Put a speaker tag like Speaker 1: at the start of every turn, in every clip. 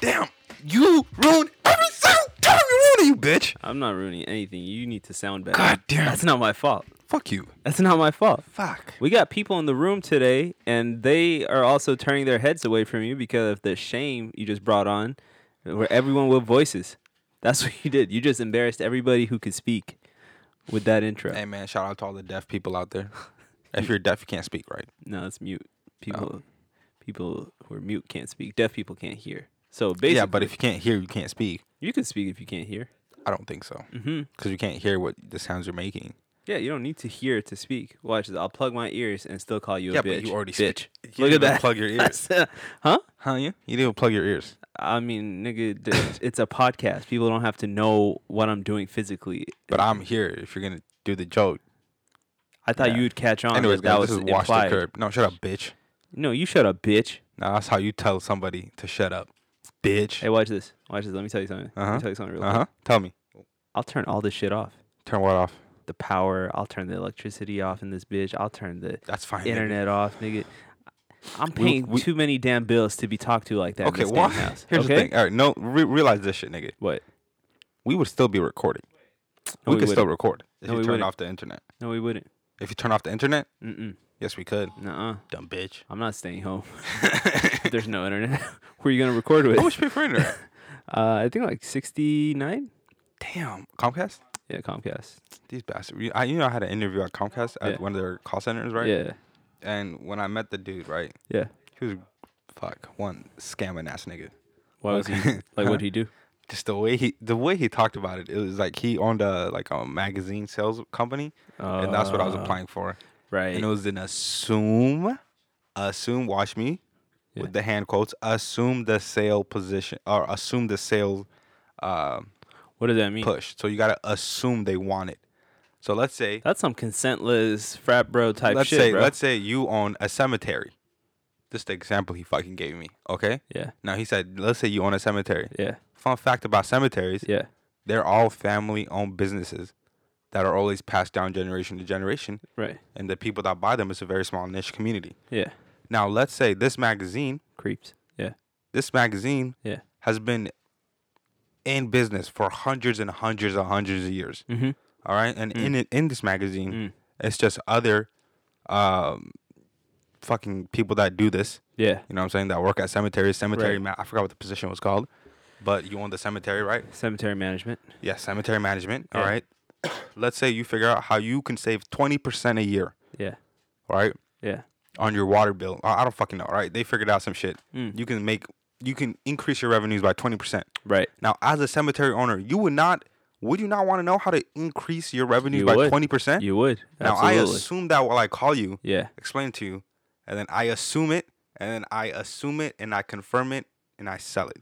Speaker 1: damn, you ruined every single time you ruined it, you bitch.
Speaker 2: I'm not ruining anything. You need to sound better.
Speaker 1: God damn.
Speaker 2: That's not my fault.
Speaker 1: Fuck you.
Speaker 2: That's not my fault.
Speaker 1: Fuck.
Speaker 2: We got people in the room today, and they are also turning their heads away from you because of the shame you just brought on, where everyone with voices. That's what you did. You just embarrassed everybody who could speak with that intro.
Speaker 1: Hey man, shout out to all the deaf people out there. If you're deaf, you can't speak right.
Speaker 2: No, it's mute. People,
Speaker 1: Oh.
Speaker 2: people who are mute can't speak. Deaf people can't hear. So basically,
Speaker 1: yeah, but if you can't hear, you can't speak.
Speaker 2: you can speak if you can't hear.
Speaker 1: I don't think so.
Speaker 2: Mm-hmm.
Speaker 1: Because you can't hear what the sounds you're making.
Speaker 2: Yeah, you don't need to hear to speak. Watch this. I'll plug my ears and still call you
Speaker 1: Yeah,
Speaker 2: a bitch.
Speaker 1: but you already
Speaker 2: bitch.
Speaker 1: speak- you didn't
Speaker 2: Look at
Speaker 1: even
Speaker 2: that.
Speaker 1: plug your ears.
Speaker 2: That's- huh?
Speaker 1: Huh? You? You didn't plug your ears.
Speaker 2: I mean, nigga, d- it's a podcast. People don't have to know what I'm doing physically.
Speaker 1: But I'm here. If you're gonna do the joke,
Speaker 2: I thought
Speaker 1: Yeah.
Speaker 2: you'd catch on.
Speaker 1: anyways,
Speaker 2: that, that
Speaker 1: guys,
Speaker 2: was
Speaker 1: this is wash the
Speaker 2: implied.
Speaker 1: curb. No, shut up, bitch.
Speaker 2: No, you shut up, bitch.
Speaker 1: Now that's how you tell somebody to shut up, bitch.
Speaker 2: Hey, watch this. Watch this. Let me tell you something. Let
Speaker 1: Uh-huh.
Speaker 2: me tell you something real
Speaker 1: Uh
Speaker 2: quick.
Speaker 1: huh. Tell me.
Speaker 2: I'll turn all this shit off.
Speaker 1: Turn what off?
Speaker 2: The power. I'll turn the electricity off in this bitch. I'll turn the
Speaker 1: That's fine. nigga.
Speaker 2: internet off, nigga. I'm
Speaker 1: We-
Speaker 2: paying
Speaker 1: we-
Speaker 2: too many damn bills to be talked to like that.
Speaker 1: Okay.
Speaker 2: in this
Speaker 1: Well,
Speaker 2: damn house.
Speaker 1: here's
Speaker 2: okay?
Speaker 1: the thing. All right. No, re- realize this shit, nigga.
Speaker 2: What?
Speaker 1: We would still be recording.
Speaker 2: No,
Speaker 1: we,
Speaker 2: we
Speaker 1: could still
Speaker 2: wouldn't.
Speaker 1: record if
Speaker 2: No,
Speaker 1: you
Speaker 2: we
Speaker 1: turn
Speaker 2: wouldn't.
Speaker 1: off the internet.
Speaker 2: No, we wouldn't.
Speaker 1: If you turn off the internet,
Speaker 2: Mm-mm.
Speaker 1: yes, we could.
Speaker 2: Nuh-uh.
Speaker 1: Dumb bitch.
Speaker 2: I'm not staying home. If There's no internet. Where are you gonna record with?
Speaker 1: How much you pay for internet?
Speaker 2: Uh, I think like 69.
Speaker 1: Damn. Comcast.
Speaker 2: Yeah, Comcast.
Speaker 1: These bastards. You- I, you know, I had an interview at Comcast at
Speaker 2: Yeah.
Speaker 1: one of their call centers, right?
Speaker 2: Yeah,
Speaker 1: And when I met the dude, right,
Speaker 2: yeah.
Speaker 1: he was fuck one scamming ass nigga.
Speaker 2: Why was he
Speaker 1: Okay.
Speaker 2: like? What'd he do?
Speaker 1: Just the way he, the way he talked about it, it was like he owned a like a magazine sales company, and that's what I was
Speaker 2: Uh,
Speaker 1: applying for.
Speaker 2: Right.
Speaker 1: And it was an assume, assume, watch me
Speaker 2: Yeah.
Speaker 1: with the hand quotes, assume the sale position or assume the sales uh,
Speaker 2: what does that mean?
Speaker 1: push. So you gotta assume they want it. So let's say,
Speaker 2: That's some consentless frat bro type
Speaker 1: let's
Speaker 2: shit,
Speaker 1: say,
Speaker 2: bro.
Speaker 1: let's say you own a cemetery. Just the example he fucking gave me. Okay.
Speaker 2: yeah,
Speaker 1: Now he said, let's say you own a cemetery.
Speaker 2: yeah,
Speaker 1: Fun fact about cemeteries,
Speaker 2: yeah.
Speaker 1: they're all family-owned businesses that are always passed down generation to generation,
Speaker 2: Right.
Speaker 1: and the people that buy them is a very small niche community.
Speaker 2: Yeah.
Speaker 1: Now, let's say this magazine,
Speaker 2: Creeps. Yeah.
Speaker 1: this magazine
Speaker 2: Yeah.
Speaker 1: has been in business for hundreds and hundreds and hundreds of years.
Speaker 2: Mm-hmm.
Speaker 1: All right, and in it, in this magazine,
Speaker 2: Mm.
Speaker 1: it's just other um, fucking people that do this.
Speaker 2: Yeah.
Speaker 1: You know what I'm saying? That work at cemeteries, cemetery.
Speaker 2: Right.
Speaker 1: Ma- I forgot what the position was called, but you own the cemetery, right?
Speaker 2: Cemetery management.
Speaker 1: Yeah, cemetery management. All
Speaker 2: Yeah.
Speaker 1: right. Let's say you figure out how you can save twenty percent a year,
Speaker 2: Yeah.
Speaker 1: right,
Speaker 2: Yeah.
Speaker 1: on your water bill. I I don't fucking know, all right? They figured out some shit.
Speaker 2: Mm.
Speaker 1: You can make, you can increase your revenues by twenty percent.
Speaker 2: Right.
Speaker 1: Now, as a cemetery owner, you would not, would you not want to know how to increase your revenues
Speaker 2: You
Speaker 1: by
Speaker 2: would.
Speaker 1: twenty percent?
Speaker 2: You would.
Speaker 1: Now, I
Speaker 2: Absolutely.
Speaker 1: assume that while I call you,
Speaker 2: yeah.
Speaker 1: explain to you, and then I assume it, and then I assume it, and I confirm it, and I sell it.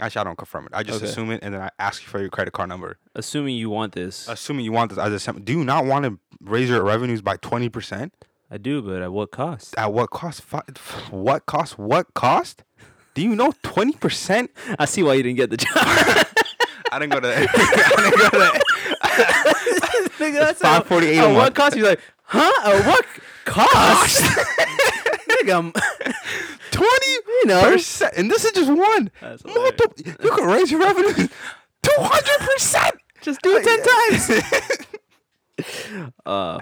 Speaker 1: Actually, I don't confirm it. I just
Speaker 2: Okay.
Speaker 1: assume it, and then I ask you for your credit card number.
Speaker 2: Assuming you want this,
Speaker 1: Assuming you want this as a sem- do you not want to raise your revenues by twenty percent?
Speaker 2: I do, but at what cost?
Speaker 1: At what cost? Fi- f- What cost? What cost? Do you know twenty percent?
Speaker 2: I see why you didn't get the job.
Speaker 1: I didn't go to. I didn't go to.
Speaker 2: Nigga, that's
Speaker 1: five
Speaker 2: a-
Speaker 1: forty eight
Speaker 2: At
Speaker 1: a
Speaker 2: what
Speaker 1: month.
Speaker 2: cost? You're like, huh? At what cost? Nigga, I'm-
Speaker 1: Twenty
Speaker 2: know.
Speaker 1: percent, and this is just one.
Speaker 2: That's hilarious.
Speaker 1: Multiple. You can raise your revenues two hundred percent.
Speaker 2: just do it ten times. Uh,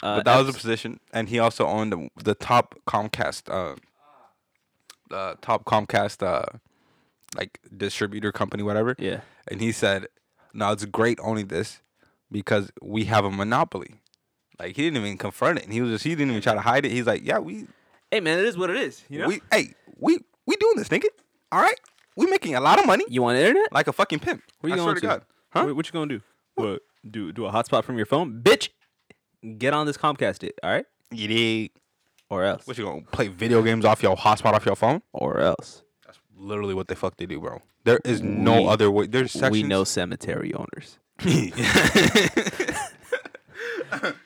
Speaker 1: But that was a position, and he also owned the, the top Comcast, uh, uh, top Comcast, uh, like distributor company, whatever.
Speaker 2: yeah.
Speaker 1: And he said, "No, it's great owning this because we have a monopoly." Like he didn't even confront it, and he was just he didn't even try to hide it. He's like, "Yeah, we,
Speaker 2: Hey man, it is what it is. You
Speaker 1: we, hey, we, we doing this, nigga. All right, we making a lot of money,
Speaker 2: you want internet?
Speaker 1: like a fucking pimp."
Speaker 2: Where you
Speaker 1: I
Speaker 2: going
Speaker 1: swear to
Speaker 2: to?
Speaker 1: God, huh?
Speaker 2: What, what you gonna do? What? Do do a hotspot from your phone, bitch? Get on this Comcast, it. All right,
Speaker 1: You dig?
Speaker 2: or else.
Speaker 1: What you gonna play video games off your hotspot off your phone?
Speaker 2: or else.
Speaker 1: That's literally what the fuck they do, bro. There is no
Speaker 2: We-
Speaker 1: other way. There's sections.
Speaker 2: We know cemetery owners.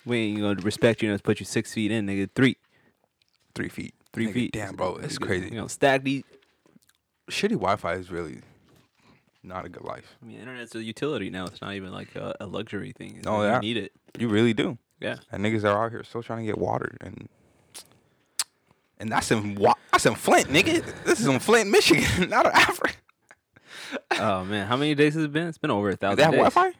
Speaker 2: We ain't gonna respect you and put you six feet in, nigga. Three,
Speaker 1: three feet.
Speaker 2: three
Speaker 1: Nigga,
Speaker 2: feet.
Speaker 1: Damn, bro, it's
Speaker 2: You
Speaker 1: crazy.
Speaker 2: know, stack these.
Speaker 1: Shitty Wi-Fi is really not a good life.
Speaker 2: I mean, internet's a utility now. It's not even like a, a luxury thing. It's
Speaker 1: No,
Speaker 2: like
Speaker 1: Oh, yeah.
Speaker 2: you need it.
Speaker 1: You really do.
Speaker 2: Yeah.
Speaker 1: And niggas are out here still trying to get water and and that's in Wa- that's in Flint, nigga. This is in Flint, Michigan, not in Africa.
Speaker 2: Oh man, how many days has it been? It's been over a thousand.
Speaker 1: They have
Speaker 2: days.
Speaker 1: Wi-Fi?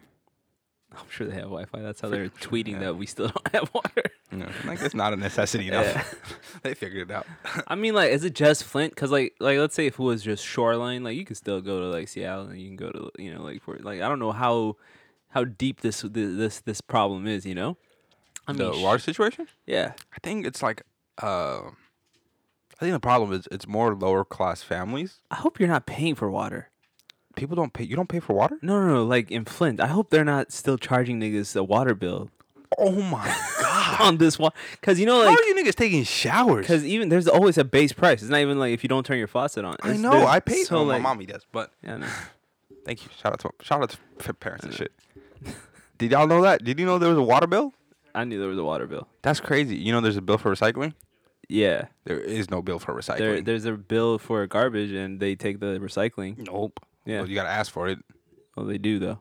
Speaker 2: I'm sure they have Wi-Fi. That's how they're tweeting that we still don't have water.
Speaker 1: No, like it's not a necessity enough.
Speaker 2: Yeah.
Speaker 1: they figured it out.
Speaker 2: I mean, like, is it just Flint? Because like, like, let's say if it was just shoreline, like, you could still go to like Seattle, and you can go to you know, like, for like, I don't know how how deep this th- this this problem is. You know, I
Speaker 1: the
Speaker 2: mean, sh-
Speaker 1: water situation?
Speaker 2: yeah,
Speaker 1: I think it's like, uh, I think the problem is it's more lower class families.
Speaker 2: I hope you're not paying for water.
Speaker 1: People don't pay. You don't pay for water?
Speaker 2: No, no, no, like in Flint, I hope they're not still charging niggas a water bill
Speaker 1: Oh my god!
Speaker 2: on this one, because you know,
Speaker 1: How
Speaker 2: like,
Speaker 1: are you niggas taking showers?
Speaker 2: because even there's always a base price. It's not even like if you don't turn your faucet on.
Speaker 1: I
Speaker 2: It's-
Speaker 1: know
Speaker 2: there's
Speaker 1: I paid.
Speaker 2: So
Speaker 1: oh,
Speaker 2: like,
Speaker 1: my mommy does, but
Speaker 2: Yeah, no.
Speaker 1: thank you. Shout out to shout out to f- parents and shit. Did y'all know that? Did you know there was a water bill?
Speaker 2: I knew there was a water bill.
Speaker 1: That's crazy. You know there's a bill for recycling.
Speaker 2: Yeah.
Speaker 1: There is no bill for recycling.
Speaker 2: There, there's a bill for garbage, and they take the recycling.
Speaker 1: nope.
Speaker 2: Yeah.
Speaker 1: Well, you gotta ask for it.
Speaker 2: Well, they do though.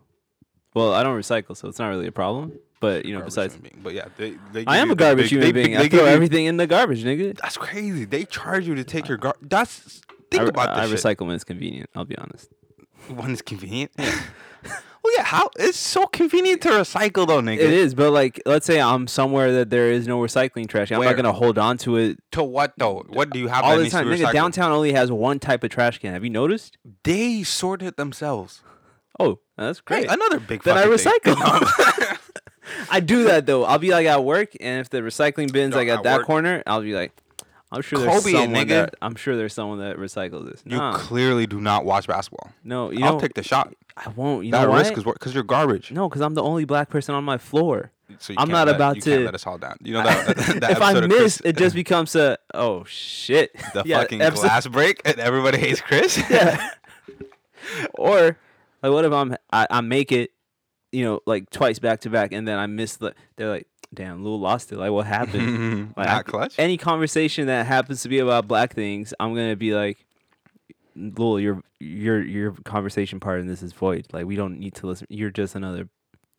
Speaker 2: Well, I don't recycle, so it's not really a problem. But you know,
Speaker 1: Garbage
Speaker 2: besides,
Speaker 1: human being. but yeah, they, they
Speaker 2: I
Speaker 1: give
Speaker 2: am
Speaker 1: you
Speaker 2: a
Speaker 1: the
Speaker 2: garbage
Speaker 1: big-
Speaker 2: human
Speaker 1: they big-
Speaker 2: being.
Speaker 1: they
Speaker 2: I
Speaker 1: give
Speaker 2: throw
Speaker 1: you-
Speaker 2: everything in the garbage, nigga.
Speaker 1: That's crazy. They charge you to take your gar. That's think
Speaker 2: I,
Speaker 1: about
Speaker 2: I
Speaker 1: this. shit.
Speaker 2: recycle when it's convenient. I'll be honest.
Speaker 1: One is convenient. well, yeah. How it's so convenient to recycle though, nigga.
Speaker 2: It is, but like, let's say I'm somewhere that there is no recycling trash. I'm
Speaker 1: Where?
Speaker 2: not gonna hold on to it
Speaker 1: To what though? What do you have?
Speaker 2: all
Speaker 1: that
Speaker 2: the
Speaker 1: needs to
Speaker 2: time.
Speaker 1: be
Speaker 2: Nigga,
Speaker 1: recycled?
Speaker 2: downtown only has one type of trash can. Have you noticed?
Speaker 1: They sort it themselves.
Speaker 2: Oh, that's
Speaker 1: Hey,
Speaker 2: great.
Speaker 1: another big.
Speaker 2: then I
Speaker 1: fucking thing.
Speaker 2: recycle. I do that though. I'll be like at work, and if the recycling bins
Speaker 1: No,
Speaker 2: like at
Speaker 1: at
Speaker 2: that
Speaker 1: work-
Speaker 2: corner, I'll be like, I'm sure there's
Speaker 1: Kobe it,
Speaker 2: someone
Speaker 1: nigga.
Speaker 2: that I'm sure there's someone that recycles this.
Speaker 1: You
Speaker 2: Nah,
Speaker 1: clearly do not watch basketball.
Speaker 2: no, you
Speaker 1: I'll
Speaker 2: know,
Speaker 1: take the shot.
Speaker 2: I won't. You
Speaker 1: that
Speaker 2: know
Speaker 1: risk
Speaker 2: why?
Speaker 1: is because you're garbage.
Speaker 2: no, because I'm the only black person on my floor.
Speaker 1: So you
Speaker 2: I'm
Speaker 1: can't
Speaker 2: not
Speaker 1: let-
Speaker 2: about
Speaker 1: you Can't
Speaker 2: to-
Speaker 1: let us all down. You know that. that
Speaker 2: if I
Speaker 1: episode of Chris-
Speaker 2: miss, it just becomes a oh shit.
Speaker 1: the
Speaker 2: Yeah,
Speaker 1: fucking
Speaker 2: episode-
Speaker 1: glass break, and everybody hates Chris.
Speaker 2: Yeah. or like, what if I'm I, I make it, you know, like twice back to back, and then I miss the. They're like, damn, Lou lost it. Like, what happened? like, I-
Speaker 1: Not clutch.
Speaker 2: any conversation that happens to be about black things, I'm gonna be like, Lul, your your your conversation part in this is void. Like we don't need to listen. You're just another.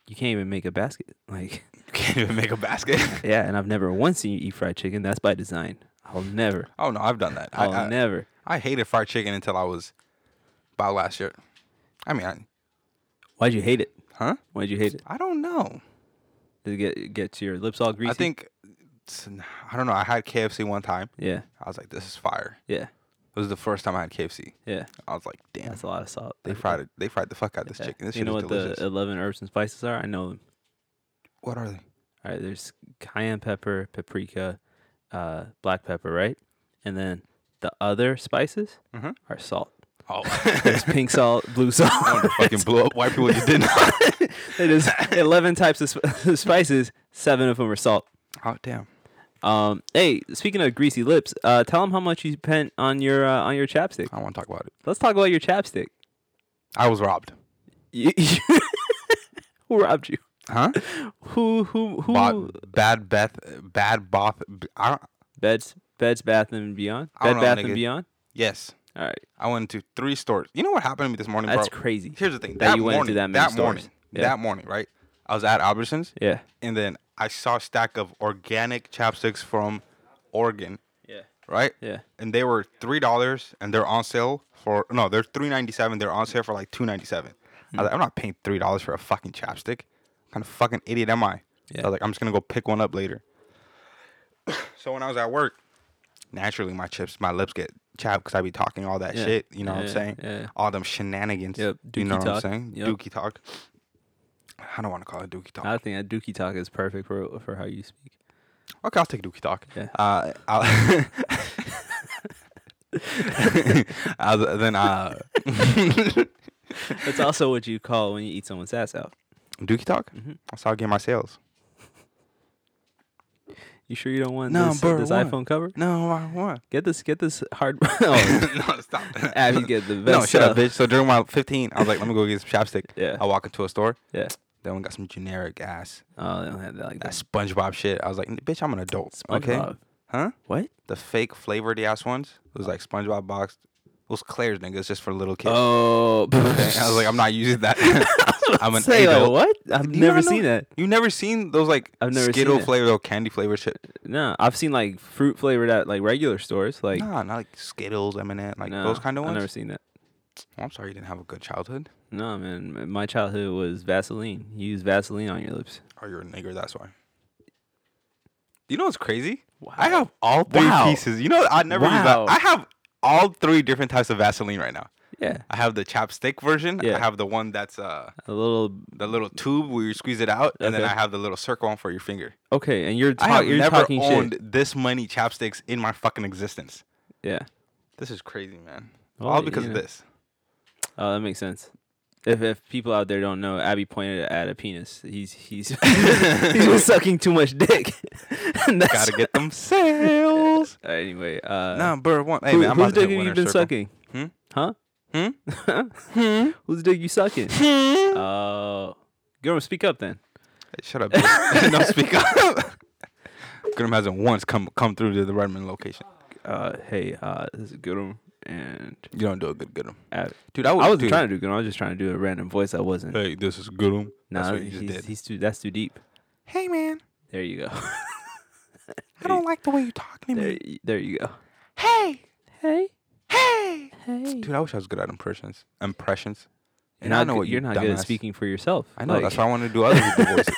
Speaker 2: You can't even make a basket. Like
Speaker 1: You can't even make a basket.
Speaker 2: yeah, and I've never once seen you eat fried chicken. That's by design. I'll never.
Speaker 1: Oh no, I've done that. I,
Speaker 2: I'll
Speaker 1: I,
Speaker 2: never.
Speaker 1: I hated fried chicken until I was about last year. I mean, I,
Speaker 2: Why'd you hate it?
Speaker 1: huh?
Speaker 2: Why'd you hate it?
Speaker 1: I don't know.
Speaker 2: Did it get get to your lips all greasy?
Speaker 1: I think it's- I don't know. I had KFC one time.
Speaker 2: Yeah.
Speaker 1: I was like, this is fire.
Speaker 2: Yeah.
Speaker 1: It was the first time I had KFC.
Speaker 2: Yeah.
Speaker 1: I was like, damn,
Speaker 2: That's a lot of salt.
Speaker 1: they fried it. They fried the fuck out of this
Speaker 2: Yeah.
Speaker 1: chicken. This
Speaker 2: you
Speaker 1: shit
Speaker 2: know
Speaker 1: is
Speaker 2: what
Speaker 1: delicious.
Speaker 2: the eleven herbs and spices are? I know them.
Speaker 1: what are they?
Speaker 2: All right, there's cayenne pepper, paprika, uh, black pepper, right? And then the other spices
Speaker 1: Mhm.
Speaker 2: are salt.
Speaker 1: Oh,
Speaker 2: There's pink salt, blue salt.
Speaker 1: fucking blew up white people. You didn't.
Speaker 2: it is 11 types of sp- spices, seven of them are salt.
Speaker 1: oh damn.
Speaker 2: Um, hey, speaking of greasy lips, uh, tell them how much you spent on your uh, on your chapstick.
Speaker 1: I don't want to talk about it.
Speaker 2: Let's talk about your chapstick.
Speaker 1: I was robbed.
Speaker 2: You- you- who robbed you?
Speaker 1: Huh?
Speaker 2: Who who who?
Speaker 1: Bought bad Beth, bad Both. I don't,
Speaker 2: Beds, Beds Bath and Beyond.
Speaker 1: I
Speaker 2: Bed
Speaker 1: don't know,
Speaker 2: Bath and
Speaker 1: nigga.
Speaker 2: Beyond.
Speaker 1: yes,
Speaker 2: All right,
Speaker 1: I went to three stores. You know what happened to me this morning,
Speaker 2: that's
Speaker 1: bro?
Speaker 2: crazy.
Speaker 1: Here's the thing.
Speaker 2: that
Speaker 1: That,
Speaker 2: you went
Speaker 1: morning,
Speaker 2: into that many
Speaker 1: that
Speaker 2: stores.
Speaker 1: morning,
Speaker 2: Yeah.
Speaker 1: that morning, right? I was at Albertsons,
Speaker 2: Yeah.
Speaker 1: and then I saw a stack of organic chapsticks from Oregon,
Speaker 2: Yeah.
Speaker 1: right?
Speaker 2: Yeah.
Speaker 1: And they were three dollars, and they're on sale for no, they're three ninety seven. They're on sale for like two ninety seven. I
Speaker 2: Hmm.
Speaker 1: was like, I'm not paying three dollars for a fucking chapstick. What kind of fucking idiot am I? So I
Speaker 2: Yeah.
Speaker 1: was like, I'm just gonna go pick one up later. so when I was at work, naturally my chips, my lips get chapped because I be talking all that
Speaker 2: Yeah.
Speaker 1: shit. You know what I'm
Speaker 2: Yeah,
Speaker 1: saying?
Speaker 2: yeah.
Speaker 1: All them shenanigans.
Speaker 2: Yep,
Speaker 1: You know
Speaker 2: dookie
Speaker 1: what
Speaker 2: talk.
Speaker 1: I'm saying?
Speaker 2: Yep.
Speaker 1: Dookie talk. I don't want to call it dookie talk.
Speaker 2: I think that Dookie talk is perfect for for how you speak.
Speaker 1: Okay, I'll take Dookie Talk.
Speaker 2: Yeah.
Speaker 1: Uh, I'll I was- then uh,
Speaker 2: That's also what you call when you eat someone's ass out.
Speaker 1: Dookie Talk.
Speaker 2: Mm-hmm.
Speaker 1: That's how I get my sales.
Speaker 2: You sure you don't want this,
Speaker 1: Number
Speaker 2: this
Speaker 1: one.
Speaker 2: iPhone cover?
Speaker 1: No, I won.
Speaker 2: Get this, get this hard. oh,
Speaker 1: no, stop.
Speaker 2: Abby, get the best.
Speaker 1: no, shut up,
Speaker 2: stuff.
Speaker 1: bitch. So during my 15, I was like, let me go get some chapstick.
Speaker 2: Yeah.
Speaker 1: I walk into a store.
Speaker 2: Yeah.
Speaker 1: That one got some generic ass
Speaker 2: Oh, they don't have that like
Speaker 1: that
Speaker 2: that.
Speaker 1: SpongeBob shit. I was like, bitch, I'm an adult. Okay.
Speaker 2: SpongeBob.
Speaker 1: Huh?
Speaker 2: What?
Speaker 1: The fake flavored ass ones. It was like SpongeBob boxed. It was Claire's, nigga. It's just for little kids.
Speaker 2: Oh,
Speaker 1: Okay? I was like, I'm not using that. I'm an
Speaker 2: say like,
Speaker 1: adult.
Speaker 2: what? I've
Speaker 1: Do you
Speaker 2: never
Speaker 1: not know-
Speaker 2: seen that.
Speaker 1: You never seen those like
Speaker 2: I've never seen
Speaker 1: Skittle
Speaker 2: it.
Speaker 1: flavored or candy flavored shit?
Speaker 2: No, I've seen like fruit flavored at like regular stores. Like
Speaker 1: nah, not like Skittles, M&M, like
Speaker 2: no,
Speaker 1: those kind of ones.
Speaker 2: I've never seen that.
Speaker 1: Well, I'm sorry you didn't have a good childhood.
Speaker 2: No, man, m- my childhood was Vaseline. You use Vaseline on your lips.
Speaker 1: Oh, you're a nigger. That's why. You know what's crazy? I have all three
Speaker 2: Wow.
Speaker 1: pieces. You know, I never use
Speaker 2: Wow.
Speaker 1: that. I have all three different types of Vaseline right now.
Speaker 2: Yeah,
Speaker 1: I have the chapstick version.
Speaker 2: Yeah.
Speaker 1: I have the one that's uh
Speaker 2: a little.
Speaker 1: the little tube where you squeeze it out, and then
Speaker 2: Okay.
Speaker 1: I have the little circle one for your finger.
Speaker 2: Okay, and you're,
Speaker 1: I
Speaker 2: ta-
Speaker 1: have
Speaker 2: you're
Speaker 1: never
Speaker 2: talking
Speaker 1: owned
Speaker 2: shit.
Speaker 1: this many chapsticks in my fucking existence.
Speaker 2: Yeah.
Speaker 1: This is crazy, man.
Speaker 2: Well,
Speaker 1: all because
Speaker 2: you
Speaker 1: of
Speaker 2: know.
Speaker 1: this.
Speaker 2: Oh, that makes sense. If if people out there don't know, Abby pointed at a penis. He's he's he's been sucking too much dick. and that's
Speaker 1: Gotta get them sales.
Speaker 2: Uh, anyway. Uh,
Speaker 1: Number one. Hey,
Speaker 2: who,
Speaker 1: man, I'm
Speaker 2: whose
Speaker 1: about to hit
Speaker 2: dick have you
Speaker 1: winner's
Speaker 2: been
Speaker 1: circle.
Speaker 2: sucking?
Speaker 1: Hmm?
Speaker 2: Huh?
Speaker 1: Hmm?
Speaker 2: whose dick you sucking? Oh, girl, speak up then.
Speaker 1: Hey, Shut up. bitch. no, speak up. Grim hasn't once come come through to the Redmond location.
Speaker 2: Uh, hey, uh, this is Goodum and
Speaker 1: You don't do a good Goodum.
Speaker 2: Abby.
Speaker 1: Dude, I, was
Speaker 2: I wasn't trying to do Goodum. I was just trying to do a random voice. I wasn't.
Speaker 1: Hey, this is Goodum. That's
Speaker 2: nah,
Speaker 1: what you just
Speaker 2: he's,
Speaker 1: did.
Speaker 2: he's too. That's too deep.
Speaker 1: Hey, man.
Speaker 2: There you go.
Speaker 1: I don't like the way you talk to
Speaker 2: there,
Speaker 1: me.
Speaker 2: y- there you go.
Speaker 1: Hey,
Speaker 2: Mm. Hey,
Speaker 1: hey.
Speaker 2: hey.
Speaker 1: Dude, I wish I was good at impressions. Impressions.
Speaker 2: You're
Speaker 1: And
Speaker 2: not,
Speaker 1: I know
Speaker 2: good-
Speaker 1: what you
Speaker 2: you're not good at
Speaker 1: dumbass-
Speaker 2: speaking for yourself.
Speaker 1: I know. that's
Speaker 2: Like,
Speaker 1: why I want to do other people's voices.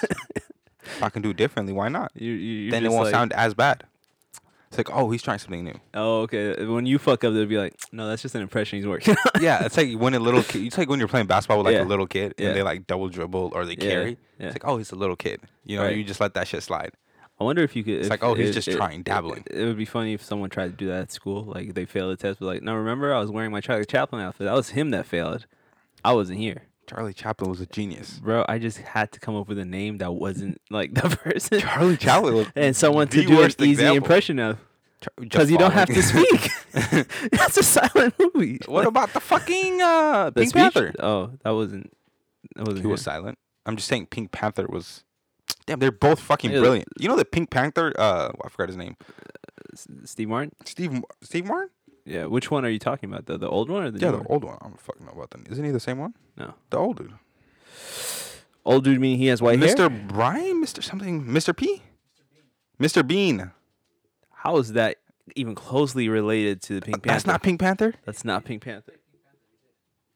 Speaker 1: If I can do differently, why not?
Speaker 2: You, you, you're
Speaker 1: then it
Speaker 2: just
Speaker 1: won't
Speaker 2: like,
Speaker 1: sound as bad. It's like, oh, he's trying something new.
Speaker 2: Oh, okay. When you fuck up, they'll be like, "No, that's just an impression he's working." on."
Speaker 1: yeah, it's like when a little kid. It's like when you're playing basketball with like
Speaker 2: Yeah.
Speaker 1: a little kid
Speaker 2: Yeah.
Speaker 1: and they like double dribble or they
Speaker 2: Yeah,
Speaker 1: carry.
Speaker 2: yeah.
Speaker 1: It's like, oh, he's a little kid. You know,
Speaker 2: Right.
Speaker 1: you just let that shit slide.
Speaker 2: I wonder if you could. It's
Speaker 1: like, oh, he's just trying, dabbling.
Speaker 2: It, would be funny if someone tried to do that at school. Like they failed the test, but like, no, remember I was wearing my Charlie Chaplin outfit. That was him that failed. I wasn't here,
Speaker 1: Charlie Chaplin was a genius.
Speaker 2: bro. I just had to come up with a name that wasn't like the person.
Speaker 1: Charlie Chaplin was
Speaker 2: and someone to
Speaker 1: the
Speaker 2: do an
Speaker 1: worst
Speaker 2: easy
Speaker 1: example.
Speaker 2: impression of
Speaker 1: Char-
Speaker 2: because
Speaker 1: Jeff
Speaker 2: you don't have
Speaker 1: Barlow.
Speaker 2: to speak. That's a silent movie.
Speaker 1: what about the fucking uh,
Speaker 2: the
Speaker 1: Pink
Speaker 2: speech?
Speaker 1: Panther?
Speaker 2: Oh, that wasn't. That wasn't.
Speaker 1: He was
Speaker 2: him.
Speaker 1: silent. I'm just saying, Pink Panther was. Damn, they're both fucking
Speaker 2: Yeah, the-
Speaker 1: brilliant. You know the Pink Panther? Uh, I forgot his name.
Speaker 2: S- Steve Martin.
Speaker 1: Steve Mar- Steve Martin?
Speaker 2: Yeah, which one are you talking about? The the old one or the
Speaker 1: Yeah, the
Speaker 2: new one?
Speaker 1: old one. I don't fucking know about that. Isn't he the same one?
Speaker 2: No.
Speaker 1: The old dude.
Speaker 2: Old dude meaning he has white
Speaker 1: Mr.
Speaker 2: hair.
Speaker 1: Brian? Mr. something? Mr. P? Mr. Bean.
Speaker 2: How is that even closely related to the Pink Panther?
Speaker 1: That's not Pink Panther.
Speaker 2: That's not Pink Panther.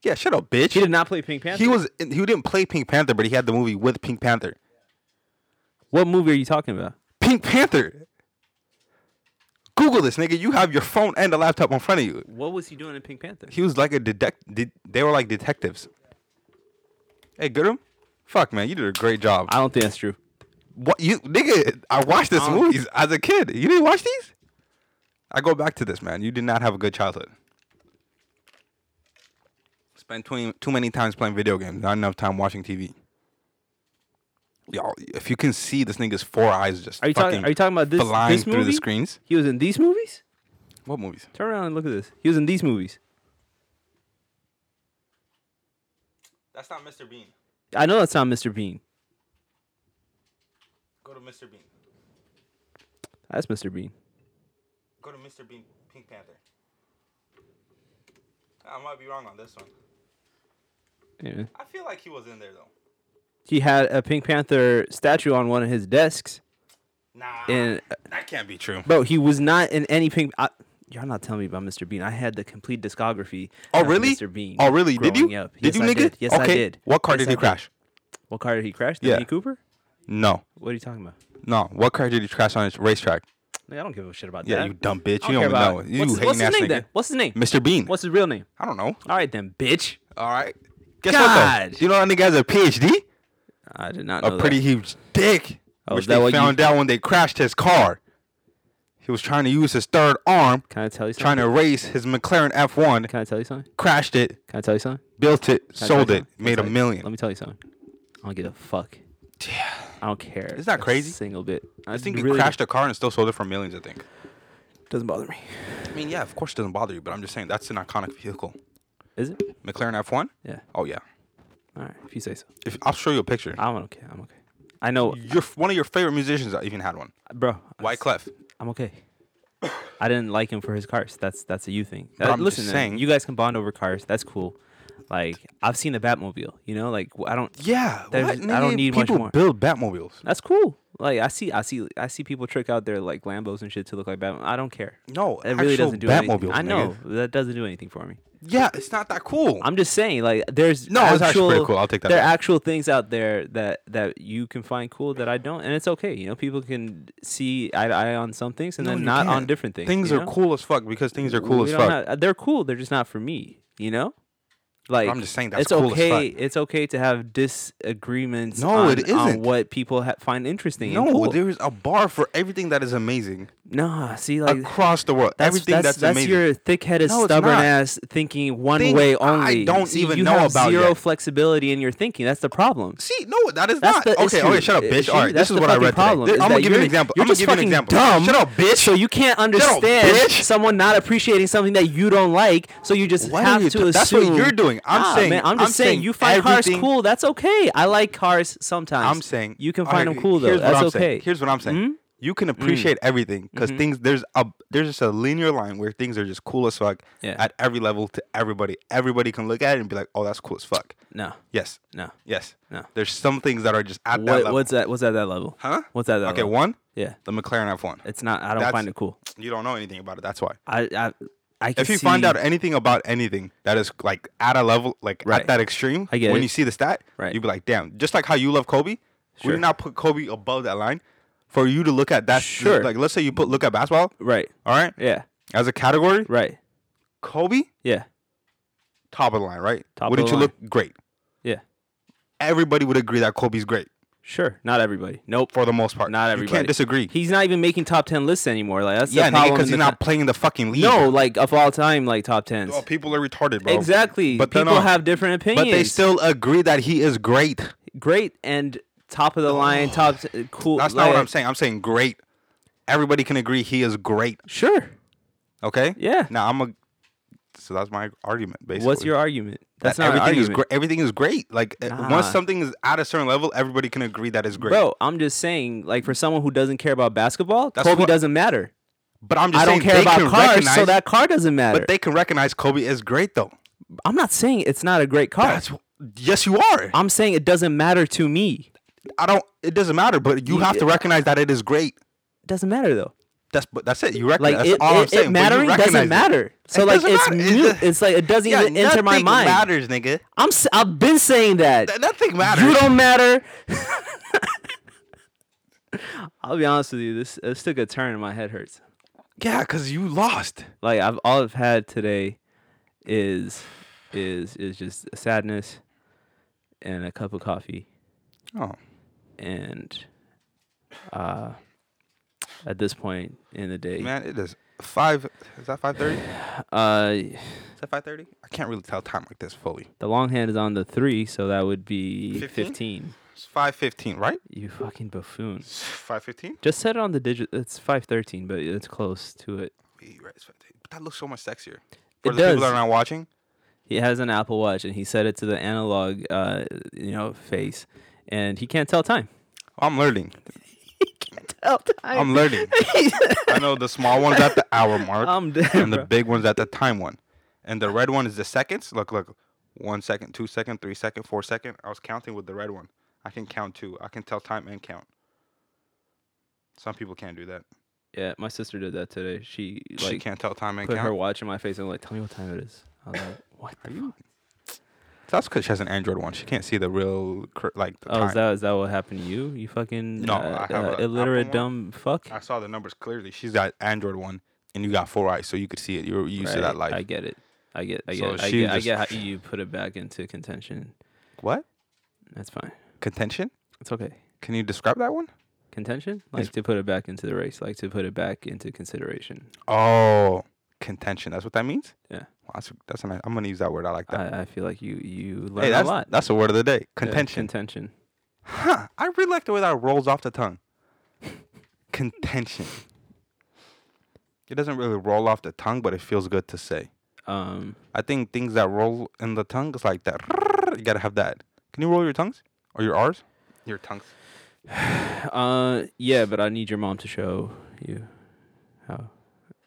Speaker 1: Yeah, shut up, bitch.
Speaker 2: He
Speaker 1: He,
Speaker 2: did not play Pink Panther.
Speaker 1: was he didn't play Pink Panther, but he had the movie with Pink Panther.
Speaker 2: What movie are you talking about?
Speaker 1: Pink Panther. Google this, nigga. You have your phone and a laptop in front of you.
Speaker 2: What was he doing in Pink Panther?
Speaker 1: He was like a detect. De- they were like detectives. Hey, Goodham. Fuck, man, you did a great job.
Speaker 2: I don't think that's true.
Speaker 1: what you, nigga? I watched this
Speaker 2: Um,
Speaker 1: movies as a kid. You didn't watch these? I go back to this, man. You did not have a good childhood. Spent too, too many times playing video games, not enough time watching TV. Y'all, if you can see this nigga's four eyes just
Speaker 2: Are you
Speaker 1: fucking
Speaker 2: talking? Are you talking about this?
Speaker 1: flying
Speaker 2: this
Speaker 1: through
Speaker 2: movie?
Speaker 1: the screens.
Speaker 2: He was in these movies.
Speaker 1: What movies?
Speaker 2: Turn around and look at this. He was in these movies.
Speaker 1: That's not Mr. Bean.
Speaker 2: I know that's not Mr. Bean.
Speaker 1: Go to Mr. Bean.
Speaker 2: That's Mr. Bean.
Speaker 1: Go to Mr. Bean Pink Panther. I might be wrong on this one.
Speaker 2: Yeah.
Speaker 1: I feel like he was in there though.
Speaker 2: He had a Pink Panther statue on one of his desks,
Speaker 1: Nah.
Speaker 2: and
Speaker 1: that can't be true.
Speaker 2: Bro, he was not in any pink. I, y'all not telling me about Mr. Bean. I had the complete discography.
Speaker 1: Oh
Speaker 2: of
Speaker 1: really?
Speaker 2: Mr. Bean.
Speaker 1: Oh really? Did
Speaker 2: growing
Speaker 1: you?
Speaker 2: up.
Speaker 1: Did
Speaker 2: Yes,
Speaker 1: you
Speaker 2: I
Speaker 1: nigga?
Speaker 2: did. Yes,
Speaker 1: okay.
Speaker 2: I did.
Speaker 1: What car
Speaker 2: Yes,
Speaker 1: did
Speaker 2: I
Speaker 1: he crash?
Speaker 2: What car did he crash? The
Speaker 1: Yeah.
Speaker 2: Mini Cooper.
Speaker 1: No.
Speaker 2: What are you talking about?
Speaker 1: No. What car did he crash on his racetrack?
Speaker 2: Like, I don't give a shit about
Speaker 1: Yeah,
Speaker 2: that.
Speaker 1: you dumb bitch.
Speaker 2: I
Speaker 1: You don't
Speaker 2: care
Speaker 1: even
Speaker 2: about
Speaker 1: know.
Speaker 2: it.
Speaker 1: You
Speaker 2: what's,
Speaker 1: hating
Speaker 2: what's his
Speaker 1: ass
Speaker 2: name
Speaker 1: nigga.
Speaker 2: then? What's his name?
Speaker 1: Mr. Bean.
Speaker 2: What's his real name?
Speaker 1: I don't know.
Speaker 2: All right then, bitch.
Speaker 1: All right. Guess what though?
Speaker 2: God.
Speaker 1: Do you know that nigga has a PhD?
Speaker 2: I did not know
Speaker 1: A pretty huge dick.
Speaker 2: Oh,
Speaker 1: which
Speaker 2: is that
Speaker 1: they
Speaker 2: what you-
Speaker 1: found out when they crashed his car. He was trying to use his third arm,
Speaker 2: That. Can I tell you
Speaker 1: trying
Speaker 2: something?
Speaker 1: to race his McLaren F1,
Speaker 2: Can I tell you something?
Speaker 1: crashed it,
Speaker 2: Can I tell you something?
Speaker 1: built it,
Speaker 2: Can I tell you
Speaker 1: sold it,
Speaker 2: something? Can I
Speaker 1: made a
Speaker 2: tell you- Let
Speaker 1: million.
Speaker 2: me tell you something. I don't give a fuck. I don't care.
Speaker 1: Isn't that
Speaker 2: a
Speaker 1: crazy?
Speaker 2: Single bit. I,
Speaker 1: I think
Speaker 2: really
Speaker 1: he crashed a car and still sold it for millions. I think.
Speaker 2: Doesn't bother me.
Speaker 1: I mean, yeah, of course it doesn't bother you, but I'm just saying that's an iconic vehicle.
Speaker 2: Is it?
Speaker 1: McLaren F1.
Speaker 2: Yeah.
Speaker 1: Oh yeah.
Speaker 2: All right. If you say so.
Speaker 1: If I'll show you a picture.
Speaker 2: I'm okay. I'm okay. I know,
Speaker 1: Your one of your favorite musicians even had one.
Speaker 2: bro.
Speaker 1: Wyclef.
Speaker 2: I'm okay. I didn't like him for his cars. That's that's a you thing.
Speaker 1: But
Speaker 2: Uh,
Speaker 1: I'm just
Speaker 2: listen, man,
Speaker 1: saying-
Speaker 2: you guys can bond over cars. That's cool. Like I've seen the Batmobile. You know, like I don't.
Speaker 1: Yeah,
Speaker 2: There's-
Speaker 1: what,
Speaker 2: I don't
Speaker 1: nigga?
Speaker 2: need much
Speaker 1: people
Speaker 2: more.
Speaker 1: build Batmobiles.
Speaker 2: That's cool. Like I see, I see, I see people trick out their like Lambos and shit to look like Batman. I don't care.
Speaker 1: No,
Speaker 2: That really
Speaker 1: actual
Speaker 2: doesn't do anything.
Speaker 1: Batmobiles,
Speaker 2: I know
Speaker 1: nigga.
Speaker 2: that doesn't do anything for me.
Speaker 1: Yeah, it's not that cool.
Speaker 2: I'm just saying, like, there's
Speaker 1: No, it's actually
Speaker 2: actual,
Speaker 1: pretty cool. I'll take that
Speaker 2: There are
Speaker 1: back.
Speaker 2: actual things out there that that you can find cool that I don't, and it's okay. You know, people can see eye to eye on some things and
Speaker 1: No,
Speaker 2: then
Speaker 1: you
Speaker 2: not on
Speaker 1: can't.
Speaker 2: different things.
Speaker 1: Things
Speaker 2: you
Speaker 1: are
Speaker 2: know?
Speaker 1: cool as fuck because things are cool
Speaker 2: We
Speaker 1: as
Speaker 2: don't
Speaker 1: fuck.
Speaker 2: have- they're cool. They're just not for me. You know, like
Speaker 1: I'm just saying that's
Speaker 2: it's
Speaker 1: cool as
Speaker 2: okay. It's okay to have disagreements.
Speaker 1: No,
Speaker 2: on,
Speaker 1: it
Speaker 2: on
Speaker 1: isn't.
Speaker 2: what people ha- find interesting.
Speaker 1: no,
Speaker 2: and cool.
Speaker 1: there is a bar for everything that is amazing
Speaker 2: nah. See, like
Speaker 1: across the world.
Speaker 2: that's,
Speaker 1: everything
Speaker 2: that's,
Speaker 1: that's,
Speaker 2: that's
Speaker 1: amazing.
Speaker 2: your thick-headed,
Speaker 1: No, it's
Speaker 2: stubborn
Speaker 1: not.
Speaker 2: ass thinking one
Speaker 1: Think
Speaker 2: way
Speaker 1: I
Speaker 2: only.
Speaker 1: don't
Speaker 2: See,
Speaker 1: even
Speaker 2: you
Speaker 1: know
Speaker 2: have
Speaker 1: about
Speaker 2: zero
Speaker 1: yet.
Speaker 2: flexibility in your thinking. That's the problem.
Speaker 1: See, no, that is not
Speaker 2: That's the
Speaker 1: okay.
Speaker 2: issue.
Speaker 1: Okay, shut up,
Speaker 2: Uh,
Speaker 1: bitch.
Speaker 2: see,
Speaker 1: All right,
Speaker 2: that's
Speaker 1: this is
Speaker 2: the
Speaker 1: what I
Speaker 2: fucking
Speaker 1: read.
Speaker 2: problem,
Speaker 1: Today.
Speaker 2: is
Speaker 1: There- I'm
Speaker 2: that
Speaker 1: gonna give you
Speaker 2: you're-
Speaker 1: an example.
Speaker 2: you're
Speaker 1: I'm gonna
Speaker 2: just
Speaker 1: give you an
Speaker 2: fucking
Speaker 1: example.
Speaker 2: dumb.
Speaker 1: Shut up, bitch.
Speaker 2: So you can't
Speaker 1: up,
Speaker 2: understand
Speaker 1: bitch.
Speaker 2: someone not appreciating something that you don't like. So you just
Speaker 1: What are
Speaker 2: have
Speaker 1: you
Speaker 2: to
Speaker 1: do-
Speaker 2: assume.
Speaker 1: that's what you're doing. I'm
Speaker 2: Nah,
Speaker 1: saying-
Speaker 2: man, I'm just
Speaker 1: I'm
Speaker 2: saying,
Speaker 1: saying
Speaker 2: you find cars
Speaker 1: everything-
Speaker 2: cool. That's okay. I like cars sometimes.
Speaker 1: I'm saying
Speaker 2: you can
Speaker 1: all
Speaker 2: find
Speaker 1: right,
Speaker 2: them cool though.
Speaker 1: Here's
Speaker 2: That's
Speaker 1: what I'm
Speaker 2: okay. Hmm? Mm-hmm.
Speaker 1: Saying. Here's what I'm saying. You can appreciate everything because things there's a there's just a linear line where things are just cool as fuck
Speaker 2: Yeah.
Speaker 1: at every level to everybody. Everybody can look at it and be like, "Oh, that's cool as fuck."
Speaker 2: no,
Speaker 1: Yes,
Speaker 2: no.
Speaker 1: yes.
Speaker 2: No.
Speaker 1: There's some things that are just at that
Speaker 2: What,
Speaker 1: level.
Speaker 2: what's that? What's at that level?
Speaker 1: huh?
Speaker 2: What's at that?
Speaker 1: Okay,
Speaker 2: level?
Speaker 1: one
Speaker 2: Yeah,
Speaker 1: the McLaren F1.
Speaker 2: it's not. I don't
Speaker 1: That's-
Speaker 2: find it cool.
Speaker 1: You don't know anything about it. That's why.
Speaker 2: I I I can
Speaker 1: If you find
Speaker 2: see-
Speaker 1: out anything about anything that is like at a level, like
Speaker 2: Right.
Speaker 1: at that extreme,
Speaker 2: I get
Speaker 1: when
Speaker 2: it.
Speaker 1: you see the stat,
Speaker 2: Right.
Speaker 1: you'd be like, damn. Just like how you love Kobe, we
Speaker 2: Sure.
Speaker 1: did not put Kobe above that line. For you to look at that,
Speaker 2: Sure.
Speaker 1: Like, let's say you put look at basketball,
Speaker 2: right,
Speaker 1: all right,
Speaker 2: yeah,
Speaker 1: as a category,
Speaker 2: right,
Speaker 1: Kobe
Speaker 2: yeah,
Speaker 1: top of the line, right?
Speaker 2: Top of
Speaker 1: Wouldn't
Speaker 2: the
Speaker 1: you look great?
Speaker 2: yeah,
Speaker 1: Everybody would agree that Kobe's great
Speaker 2: sure. Not everybody. Nope.
Speaker 1: for the most part.
Speaker 2: Not
Speaker 1: You
Speaker 2: everybody.
Speaker 1: can't disagree.
Speaker 2: He's not even making top ten lists anymore. Like that's
Speaker 1: yeah,
Speaker 2: the problem.
Speaker 1: because
Speaker 2: in
Speaker 1: he's
Speaker 2: the
Speaker 1: not
Speaker 2: co-
Speaker 1: playing the fucking league.
Speaker 2: no, like of all time, like top tens.
Speaker 1: Oh, people are retarded, bro.
Speaker 2: exactly. But
Speaker 1: But then
Speaker 2: people
Speaker 1: on.
Speaker 2: have different opinions.
Speaker 1: But they still agree that he is great.
Speaker 2: great and top of the line, top t- cool.
Speaker 1: That's not what
Speaker 2: like-
Speaker 1: I'm saying. I'm saying great. Everybody can agree he is great.
Speaker 2: Sure.
Speaker 1: Okay.
Speaker 2: Yeah.
Speaker 1: Now I'm a. So that's my argument. Basically,
Speaker 2: What's your argument?
Speaker 1: That
Speaker 2: That's not an
Speaker 1: everything is
Speaker 2: argument.
Speaker 1: great. Everything is great. Like uh, once
Speaker 2: Nah.
Speaker 1: something is at a certain level, everybody can agree that it's great.
Speaker 2: Bro, I'm just saying, like for someone who doesn't care about basketball,
Speaker 1: That's
Speaker 2: Kobe
Speaker 1: what-
Speaker 2: doesn't matter.
Speaker 1: but I'm just
Speaker 2: I don't
Speaker 1: saying
Speaker 2: care
Speaker 1: they
Speaker 2: about
Speaker 1: can
Speaker 2: cars,
Speaker 1: recognize.
Speaker 2: so that car doesn't matter.
Speaker 1: but they can recognize Kobe is great though.
Speaker 2: I'm not saying it's not a great car.
Speaker 1: That's yes, you are.
Speaker 2: I'm saying it doesn't matter to me.
Speaker 1: I don't. It doesn't matter, but you
Speaker 2: You-
Speaker 1: have to recognize that it is great.
Speaker 2: It doesn't matter though.
Speaker 1: That's but that's it. You recognize.
Speaker 2: Like
Speaker 1: that's
Speaker 2: it,
Speaker 1: all I'm
Speaker 2: it,
Speaker 1: saying.
Speaker 2: it
Speaker 1: but you
Speaker 2: mattering
Speaker 1: recognize
Speaker 2: doesn't
Speaker 1: it.
Speaker 2: matter. So
Speaker 1: It
Speaker 2: like
Speaker 1: doesn't
Speaker 2: it's
Speaker 1: matter. It
Speaker 2: mute.
Speaker 1: does-
Speaker 2: It's like it doesn't
Speaker 1: Yeah,
Speaker 2: even enter my
Speaker 1: nothing
Speaker 2: mind.
Speaker 1: matters, nigga.
Speaker 2: I'm s- I've been saying that.
Speaker 1: Th- nothing matters.
Speaker 2: You don't matter. I'll be honest with you. This this took a turn and my head hurts.
Speaker 1: Yeah, because you lost.
Speaker 2: Like I've all I've had today is is is just sadness and a cup of coffee
Speaker 1: Oh.
Speaker 2: and uh at this point in the day
Speaker 1: Man, it is five. Is that five thirty? Is
Speaker 2: uh
Speaker 1: that five thirty? I can't really tell time like this fully.
Speaker 2: The long hand is on the three, so that would be 15.
Speaker 1: 15? It's five fifteen, right?
Speaker 2: You fucking buffoon.
Speaker 1: Five fifteen.
Speaker 2: Just set it on the digit. It's 513, but it's close to it.
Speaker 1: Right, it's 5:15. But that looks so much sexier. For the
Speaker 2: It
Speaker 1: people that
Speaker 2: does.
Speaker 1: are not watching,
Speaker 2: He has an Apple Watch and he set it to the analog, uh, you know, face, and he can't tell time.
Speaker 1: oh, I'm learning.
Speaker 2: He can't tell time.
Speaker 1: I'm learning. I know the small one's at the hour mark,
Speaker 2: I'm dead,
Speaker 1: and the
Speaker 2: Oh, bro.
Speaker 1: big one's at the time one, and the red one is the seconds. Look, look, one second, two second, three second, four second. I was counting with the red one. I can count too. I can tell time and count. Some people can't do that.
Speaker 2: Yeah, my sister did that today. She like
Speaker 1: she can't tell time and
Speaker 2: put
Speaker 1: count.
Speaker 2: her watch in my face and was like, tell me what time it is. I was like, what the fuck?
Speaker 1: That's because she has an Android one. She can't see the real cur- like the
Speaker 2: Oh,
Speaker 1: time.
Speaker 2: is that is that what happened to you? You fucking
Speaker 1: No,
Speaker 2: uh,
Speaker 1: I have
Speaker 2: uh,
Speaker 1: a
Speaker 2: illiterate
Speaker 1: Apple
Speaker 2: dumb fuck.
Speaker 1: I saw the numbers clearly. She's got Android one, and you got four eyes, so you could see it. You're used to that
Speaker 2: Right,
Speaker 1: life.
Speaker 2: I get it. I get. I
Speaker 1: So
Speaker 2: get. I
Speaker 1: she
Speaker 2: get, I
Speaker 1: just-
Speaker 2: get how you put it back into contention.
Speaker 1: what
Speaker 2: That's fine.
Speaker 1: contention?
Speaker 2: It's okay.
Speaker 1: Can you describe that one?
Speaker 2: Contention, like
Speaker 1: It's-
Speaker 2: to put it back into the race, like to put it back into consideration.
Speaker 1: Oh, contention. That's what that means.
Speaker 2: Yeah,
Speaker 1: Wow, that's that's a nice. I'm gonna use that word. I like that.
Speaker 2: I, I feel like you you learn
Speaker 1: hey, that's
Speaker 2: a lot.
Speaker 1: that's the word of the day.
Speaker 2: Yeah,
Speaker 1: Contention.
Speaker 2: contention.
Speaker 1: huh? I really like the way that rolls off the tongue. contention. It doesn't really roll off the tongue, but it feels good to say.
Speaker 2: Um,
Speaker 1: I think things that roll in the tongue is like that. You gotta have that. Can you roll your tongues or your R's? Your tongues.
Speaker 2: uh, yeah, but I need your mom to show you how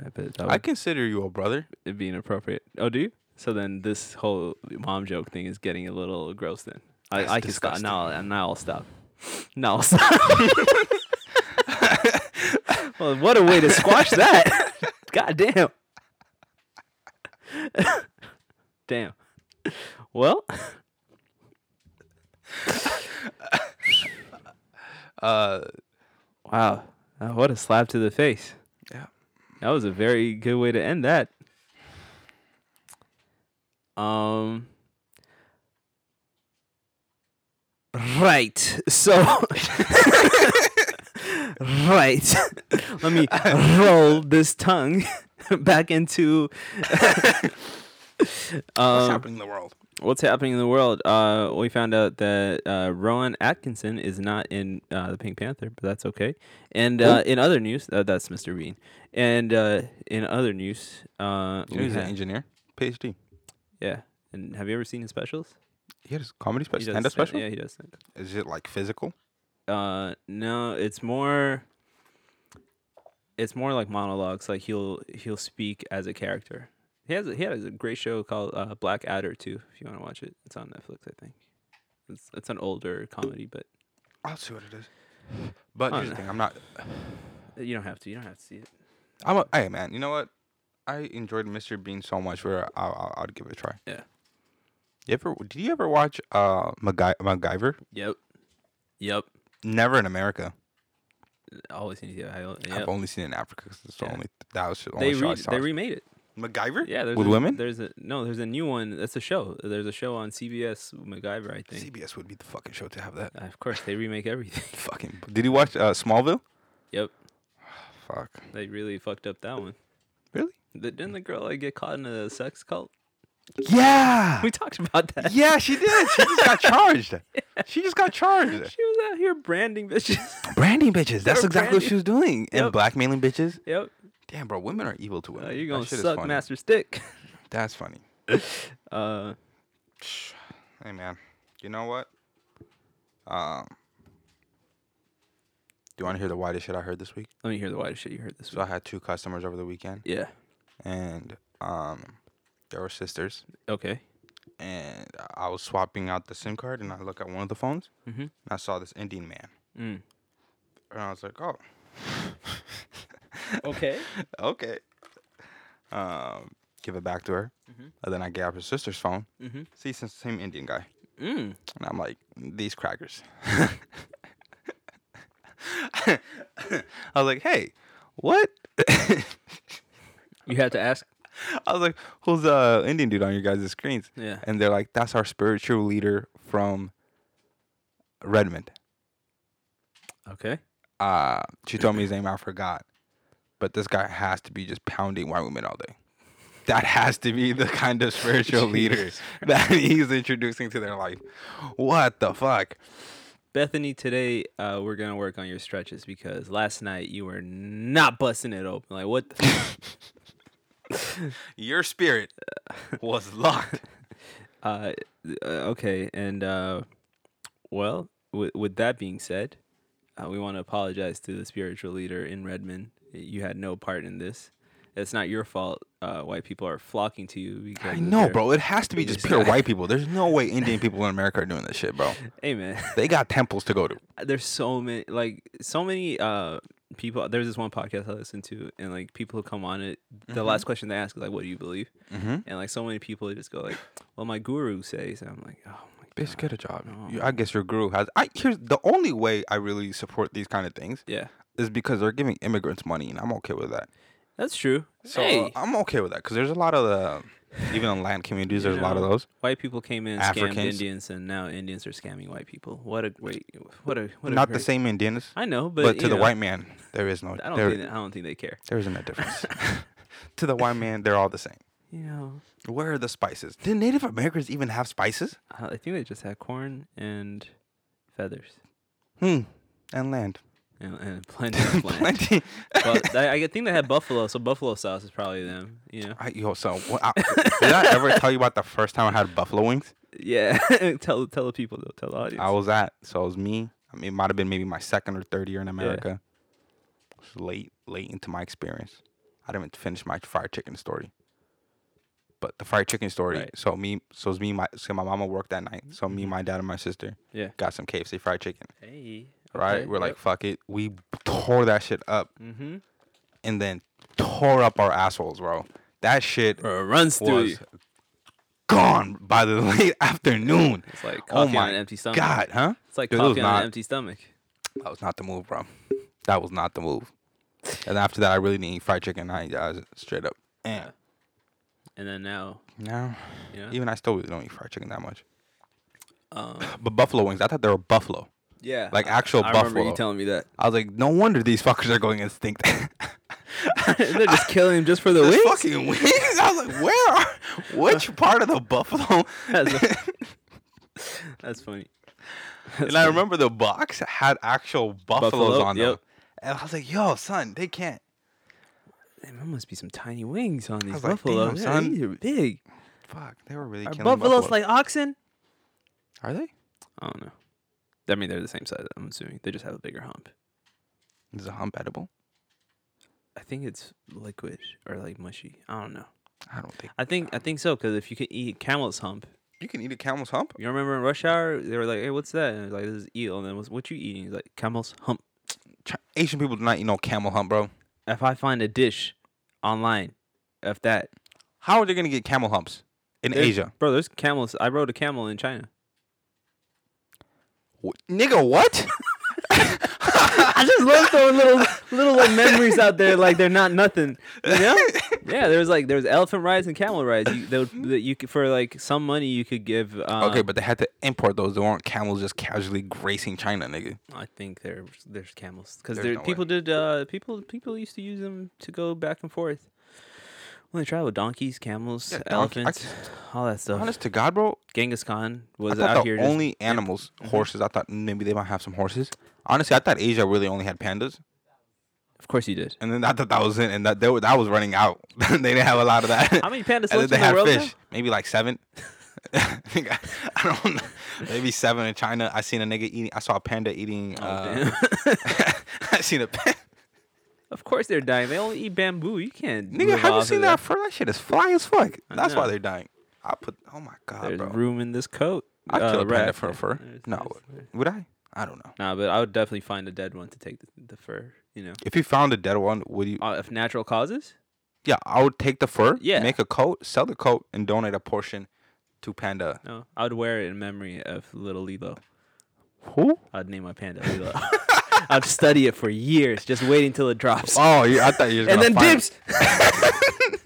Speaker 2: I bet that
Speaker 1: I
Speaker 2: would
Speaker 1: consider you a brother.
Speaker 2: be inappropriate. Oh, do you? So then this whole mom joke thing is getting a little gross. Then I,
Speaker 1: That's
Speaker 2: I can stop
Speaker 1: disgusting.
Speaker 2: now. Now I'll stop. Now I'll stop. well, what a way to squash that! God damn. damn. Well,
Speaker 1: Uh,
Speaker 2: wow. Uh, what a slap to the face.
Speaker 1: Yeah.
Speaker 2: That was a very good way to end that. Um Right. So Right. Let me roll this tongue back into
Speaker 1: what's
Speaker 2: um,
Speaker 1: happening in the world?
Speaker 2: what's happening in the world. Uh, we found out that uh, Rowan Atkinson is not in uh, the Pink Panther, but that's okay. And uh, in other news, uh, that's Mr. Bean. And uh, in other news, uh, we
Speaker 1: He's an
Speaker 2: ha-
Speaker 1: engineer, PhD.
Speaker 2: yeah. And have you ever seen his specials?
Speaker 1: He has comedy
Speaker 2: He
Speaker 1: special,
Speaker 2: does
Speaker 1: stand up
Speaker 2: stand-
Speaker 1: special.
Speaker 2: Yeah, he does. stand-
Speaker 1: Is it like physical?
Speaker 2: Uh, no, it's more. It's more like monologues. Like he'll he'll speak as a character. He has a, he has a great show called uh, Black Adder too. If you want to watch it, it's on Netflix, I think. It's it's an older comedy, but
Speaker 1: I'll see what it is. But
Speaker 2: Oh,
Speaker 1: here's the
Speaker 2: no.
Speaker 1: thing, I'm not.
Speaker 2: You don't have to. You don't have to see it.
Speaker 1: I'm a, hey man, you know what? I enjoyed Mr. Bean so much where I, I, I'd give it a try.
Speaker 2: Yeah.
Speaker 1: You ever? Did you ever watch uh MacGy- MacGyver?
Speaker 2: Yep. Yep.
Speaker 1: Never in America.
Speaker 2: Always need to get
Speaker 1: I've only seen it in Africa because it's the
Speaker 2: Yeah.
Speaker 1: only that was the only
Speaker 2: They
Speaker 1: show I
Speaker 2: re-
Speaker 1: saw.
Speaker 2: they remade it.
Speaker 1: MacGyver?
Speaker 2: Yeah, there's
Speaker 1: With
Speaker 2: a,
Speaker 1: women?
Speaker 2: There's a no. There's a new one. That's a show. There's a show on CBS MacGyver. I think.
Speaker 1: CBS would be the fucking show to have that.
Speaker 2: Uh, of course, they remake everything.
Speaker 1: Fucking. Did you watch uh, Smallville?
Speaker 2: yep.
Speaker 1: Fuck.
Speaker 2: They really fucked up that one.
Speaker 1: Really?
Speaker 2: The, didn't the girl like get caught in a sex cult?
Speaker 1: Yeah.
Speaker 2: We talked about that.
Speaker 1: yeah, she did. She just got charged. She just got charged.
Speaker 2: She was out here branding bitches.
Speaker 1: Branding bitches. That's
Speaker 2: were
Speaker 1: exactly what she
Speaker 2: branding.
Speaker 1: was doing. And
Speaker 2: Yep.
Speaker 1: blackmailing bitches. Oh,
Speaker 2: yep.
Speaker 1: Damn, bro, women are evil to
Speaker 2: Uh,
Speaker 1: women.
Speaker 2: you're
Speaker 1: That
Speaker 2: gonna
Speaker 1: shit is
Speaker 2: suck
Speaker 1: funny.
Speaker 2: Master Stick.
Speaker 1: That's funny.
Speaker 2: Uh,
Speaker 1: Hey, man. You know what? Um. Do you want to hear the widest shit I heard this week?
Speaker 2: let me hear the widest shit you heard this
Speaker 1: So
Speaker 2: week.
Speaker 1: I had two customers over the weekend,
Speaker 2: Yeah.
Speaker 1: and um, they were sisters,
Speaker 2: Okay.
Speaker 1: and I was swapping out the SIM card, and I look at one of the phones,
Speaker 2: Mhm.
Speaker 1: and I saw this Indian man,
Speaker 2: Mm.
Speaker 1: and I was like, oh,
Speaker 2: Okay.
Speaker 1: okay. Um, give it back to her, and then I gave her sister's phone.
Speaker 2: Mhm.
Speaker 1: See, it's the same Indian guy.
Speaker 2: Mm.
Speaker 1: And I'm like, these crackers. I was like, hey, what? I
Speaker 2: You had to ask.
Speaker 1: was like, who's the uh, Indian dude on your guys' screens?
Speaker 2: Yeah.
Speaker 1: And they're like, that's our spiritual leader from Redmond.
Speaker 2: Okay.
Speaker 1: Uh, she told me his name, I forgot. But this guy has to be just pounding white women all day. That has to be the kind of spiritual leader that he's introducing to their life. What the fuck?
Speaker 2: Bethany, today uh, we're gonna work on your stretches because last night you were not busting it open. Like what? the-
Speaker 1: Your spirit was locked.
Speaker 2: uh, uh, okay, and uh, well, with with that being said, uh, we want to apologize to the spiritual leader in Redmond. You had no part in this. It's not your fault. Uh, white people are flocking to you because
Speaker 1: I
Speaker 2: of
Speaker 1: know,
Speaker 2: their-
Speaker 1: bro. It has to be just
Speaker 2: just
Speaker 1: pure
Speaker 2: got-
Speaker 1: white people. There's no way Indian people in America are doing this shit, bro.
Speaker 2: Hey, man.
Speaker 1: They got temples to go to.
Speaker 2: there's so many like so many uh people there's this one podcast i listen to and like people who come on it
Speaker 1: Mm-hmm.
Speaker 2: the last question they ask is like what do you believe
Speaker 1: Mhm.
Speaker 2: and like so many people just go like well my guru says and i'm like oh my god
Speaker 1: Bitch, get a job. You- I guess your guru has. I here's the only way I really support these kind of things
Speaker 2: yeah
Speaker 1: is because they're giving immigrants money, and I'm okay with that.
Speaker 2: that's true
Speaker 1: So uh,
Speaker 2: hey
Speaker 1: I'm okay with that because there's a lot of the even in land communities, there's a lot of
Speaker 2: know,
Speaker 1: those.
Speaker 2: white people came in and scammed
Speaker 1: Africans.
Speaker 2: indians and now indians are scamming white people what a wait what a what a
Speaker 1: Not the
Speaker 2: great-
Speaker 1: same Indians,
Speaker 2: i know but,
Speaker 1: but, to
Speaker 2: you
Speaker 1: the
Speaker 2: know,
Speaker 1: white man, there is no.
Speaker 2: i don't
Speaker 1: there,
Speaker 2: think i don't think they care
Speaker 1: there isn't a difference. to the white man, they're all the same.
Speaker 2: you know
Speaker 1: Where are the spices? Did Native Americans even have spices?
Speaker 2: uh, i I think they just had corn and feathers
Speaker 1: Hmm. And land.
Speaker 2: and, and plenty of land.
Speaker 1: Plenty.
Speaker 2: but I, I think they had buffalo, so buffalo sauce is probably them. You know?
Speaker 1: I, yo, so what, I, did I ever tell you about the first time I had buffalo wings?
Speaker 2: Yeah. tell tell the people though. Tell the audience.
Speaker 1: I was at, so it was me. I mean, it might have been maybe my second or third year in America. It was late, late into my experience. I didn't even finish my fried chicken story. But the fried chicken story.
Speaker 2: Right. Mm-hmm.
Speaker 1: So me, so it's me, and my, so my mama worked that night. So me, my dad, and my sister
Speaker 2: Yeah.
Speaker 1: got some KFC fried chicken.
Speaker 2: Hey.
Speaker 1: Right? We're like, fuck it. We tore that shit up
Speaker 2: mm-hmm.
Speaker 1: and then tore up our assholes, bro. That shit
Speaker 2: Bro, it runs through
Speaker 1: was
Speaker 2: you.
Speaker 1: gone by the late afternoon.
Speaker 2: It's like
Speaker 1: Oh
Speaker 2: coffee on
Speaker 1: my
Speaker 2: an empty stomach.
Speaker 1: God, huh?
Speaker 2: It's like
Speaker 1: Dude, it was
Speaker 2: coffee on
Speaker 1: not-
Speaker 2: an empty stomach.
Speaker 1: That was not the move, bro. That was not the move. And after that, I really didn't eat fried chicken. I, I was straight up. Eh.
Speaker 2: And then now,
Speaker 1: No,
Speaker 2: you know.
Speaker 1: even I still really don't eat fried chicken that much.
Speaker 2: Um,
Speaker 1: But buffalo wings, I thought they were buffalo.
Speaker 2: yeah.
Speaker 1: Like
Speaker 2: I-
Speaker 1: actual
Speaker 2: I remember
Speaker 1: buffalo.
Speaker 2: you telling me that.
Speaker 1: I was like, no wonder these fuckers are going extinct.
Speaker 2: They're just killing him just for the
Speaker 1: The
Speaker 2: wings.
Speaker 1: fucking wings. I was like, where are? Which part of the buffalo?
Speaker 2: That's- That's funny. That's
Speaker 1: and I
Speaker 2: funny.
Speaker 1: remember the box had actual buffaloes
Speaker 2: Buffalo,
Speaker 1: on
Speaker 2: yep.
Speaker 1: them. And I was like, yo, son, they can't.
Speaker 2: Damn, there must be some tiny wings on these
Speaker 1: was like,
Speaker 2: buffalo.
Speaker 1: "Damn,
Speaker 2: yeah,
Speaker 1: son."
Speaker 2: These are big.
Speaker 1: Fuck, they were really
Speaker 2: Are
Speaker 1: killing
Speaker 2: buffaloes
Speaker 1: buffalo.
Speaker 2: like oxen?
Speaker 1: Are they?
Speaker 2: I don't know. I mean, they're the same size. I'm assuming they just have a bigger hump.
Speaker 1: Is a hump edible?
Speaker 2: I think it's liquid or like mushy. I don't know.
Speaker 1: I don't think
Speaker 2: I think I think so because if you can eat camel's hump,
Speaker 1: you can eat a camel's hump.
Speaker 2: you remember in Rush Hour they were like, "Hey, what's that?" And it was like, "This is eel." And then what's what you eating? He's like, "Camel's hump."
Speaker 1: Ch- Asian people do not eat no camel hump, bro.
Speaker 2: If I find a dish online of that
Speaker 1: How are they gonna get camel humps in
Speaker 2: There's-
Speaker 1: Asia?
Speaker 2: bro, there's camels. I rode a camel in China.
Speaker 1: Wh- nigga, what?
Speaker 2: I just love throwing little little like memories out there like they're not nothing. You know? Yeah, there was like there was elephant rides and camel rides. You they would, that you could, for like some money you could give. Um,
Speaker 1: okay, but they had to import those. They weren't camels just casually gracing China, nigga.
Speaker 2: I think there's there's camels because
Speaker 1: There's
Speaker 2: there
Speaker 1: no way.
Speaker 2: people did uh people people used to use them to go back and forth. When they traveled, donkeys, camels,
Speaker 1: Yeah, donkey- I
Speaker 2: elephants, all that stuff.
Speaker 1: Honest to God, bro,
Speaker 2: Genghis Khan
Speaker 1: I
Speaker 2: was
Speaker 1: thought the
Speaker 2: out here. Mm-hmm.
Speaker 1: only animals, horses. I thought maybe they might have some horses. Honestly, I thought Asia really only had pandas,
Speaker 2: just, of course, he did.
Speaker 1: and then I thought that was it, and that they were, that was running out. they didn't have a lot of that.
Speaker 2: How many
Speaker 1: and
Speaker 2: pandas
Speaker 1: then
Speaker 2: lived
Speaker 1: they
Speaker 2: in the
Speaker 1: had
Speaker 2: world?
Speaker 1: fish, maybe like seven. I think I, I don't know, maybe seven in China. I seen a nigga eating. I saw a panda eating.
Speaker 2: now?
Speaker 1: uh,
Speaker 2: Oh, damn.
Speaker 1: I seen a panda.
Speaker 2: of course, they're dying. They only eat bamboo. You can't.
Speaker 1: Nigga,
Speaker 2: live
Speaker 1: have
Speaker 2: off
Speaker 1: you
Speaker 2: of
Speaker 1: seen that fur? That shit is fly as fuck.
Speaker 2: I
Speaker 1: That's why
Speaker 2: know.
Speaker 1: they're dying. I put. Oh my god,
Speaker 2: There's
Speaker 1: bro.
Speaker 2: room in this coat. uh,
Speaker 1: I'd kill a panda
Speaker 2: rat.
Speaker 1: for a fur.
Speaker 2: There's-
Speaker 1: No,
Speaker 2: there's-
Speaker 1: would- would I? I don't know.
Speaker 2: Nah, but I would definitely find a dead one to take the, the fur. You know,
Speaker 1: If you found a dead one, would you?
Speaker 2: uh, if natural causes.
Speaker 1: Yeah, I would take the fur.
Speaker 2: Yeah.
Speaker 1: Make a coat, sell the coat, and donate a portion to Panda.
Speaker 2: No, I would wear it in memory of little Lilo.
Speaker 1: Who?
Speaker 2: I'd name my panda Lilo. I'd study it for years, just waiting till it drops,
Speaker 1: Oh, you, I thought you were
Speaker 2: and
Speaker 1: gonna
Speaker 2: then
Speaker 1: find-
Speaker 2: dips,
Speaker 1: I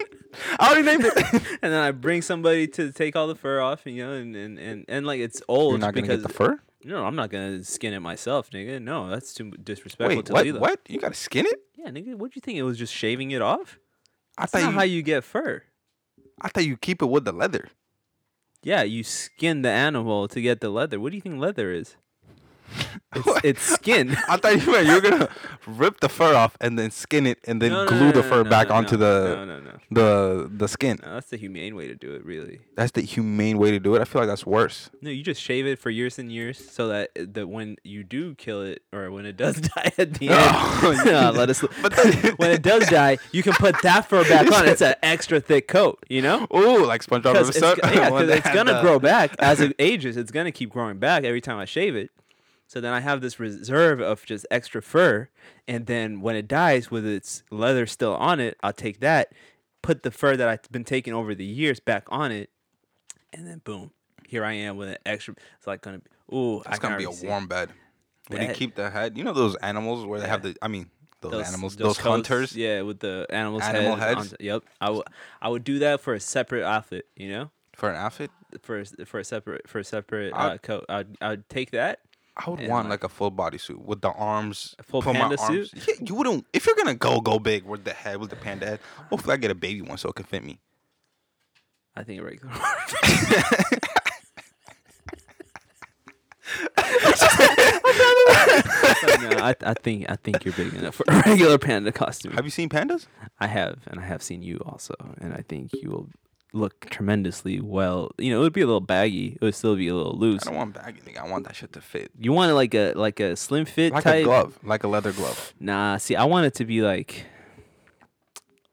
Speaker 1: already named it.
Speaker 2: and then I bring somebody to take all the fur off. You know, and and and, and like it's old
Speaker 1: You're not gonna
Speaker 2: because
Speaker 1: get the fur.
Speaker 2: no, I'm not gonna skin it myself, nigga. No, that's too disrespectful
Speaker 1: Wait,
Speaker 2: to
Speaker 1: what?
Speaker 2: Lilo.
Speaker 1: What? You gotta skin it?
Speaker 2: Yeah, nigga, what do you think? It was just shaving it off.
Speaker 1: I
Speaker 2: That's
Speaker 1: thought
Speaker 2: not
Speaker 1: you.
Speaker 2: how you get fur.
Speaker 1: I thought you keep it with the leather.
Speaker 2: Yeah, you skin the animal to get the leather. What do you think leather is? It's,
Speaker 1: What?
Speaker 2: it's skin.
Speaker 1: I thought you meant you were gonna rip the fur off and then skin it and then
Speaker 2: No, no,
Speaker 1: glue
Speaker 2: no,
Speaker 1: the
Speaker 2: no,
Speaker 1: fur
Speaker 2: no,
Speaker 1: back
Speaker 2: no,
Speaker 1: onto
Speaker 2: no,
Speaker 1: the
Speaker 2: No, no, no.
Speaker 1: the the skin.
Speaker 2: No, that's the humane way to do it, really.
Speaker 1: That's the humane way to do it. I feel like that's worse.
Speaker 2: No, you just shave it for years and years so that uh, that when you do kill it or when it does die at the
Speaker 1: Oh,
Speaker 2: end, Nah, let us.
Speaker 1: but then-
Speaker 2: when it does die, you can put that fur back on. It's an extra thick coat, you know.
Speaker 1: Ooh, like SpongeBob
Speaker 2: Because it's,
Speaker 1: episode.
Speaker 2: g- yeah,
Speaker 1: when
Speaker 2: 'cause
Speaker 1: they
Speaker 2: it's
Speaker 1: had
Speaker 2: gonna
Speaker 1: the-
Speaker 2: grow back as it ages. It's gonna keep growing back every time I shave it. So then I have this reserve of just extra fur, and then when it dies with its leather still on it, I'll take that, put the fur that I've been taking over the years back on it, and then boom, here I am with an extra. It's like gonna be ooh, I
Speaker 1: It's
Speaker 2: can
Speaker 1: gonna be a
Speaker 2: already see it.
Speaker 1: warm bed. When you
Speaker 2: Bed.
Speaker 1: keep the head, you know those animals where they have the. I mean, those, animals, those,
Speaker 2: coats,
Speaker 1: hunters.
Speaker 2: yeah, with the animals
Speaker 1: Animal
Speaker 2: heads on
Speaker 1: heads?
Speaker 2: t- yep, I would I would do that for a separate outfit, you know.
Speaker 1: For an outfit,
Speaker 2: for a s- for a separate for a separate
Speaker 1: I'd-
Speaker 2: uh, coat. I'd, I'd take that.
Speaker 1: I would
Speaker 2: And,
Speaker 1: want
Speaker 2: like-
Speaker 1: like a full body suit with the arms.
Speaker 2: A full
Speaker 1: put my
Speaker 2: panda
Speaker 1: arms-
Speaker 2: suit?
Speaker 1: Yeah, you wouldn't. If you're gonna go, go big with the head, with the panda head. Hopefully, I get a baby one so it can fit me.
Speaker 2: I think a regular. no, I, I think I think you're big enough for a regular panda costume.
Speaker 1: Have you seen pandas?
Speaker 2: I have, and I have seen you also, and I think you will look tremendously well. You know, it would be a little baggy. It would still be a little loose.
Speaker 1: I don't want baggy. Nigga. I want that shit to fit.
Speaker 2: You want it like a like a slim fit
Speaker 1: Like
Speaker 2: type.
Speaker 1: a glove, like a leather glove.
Speaker 2: Nah, see, I want it to be like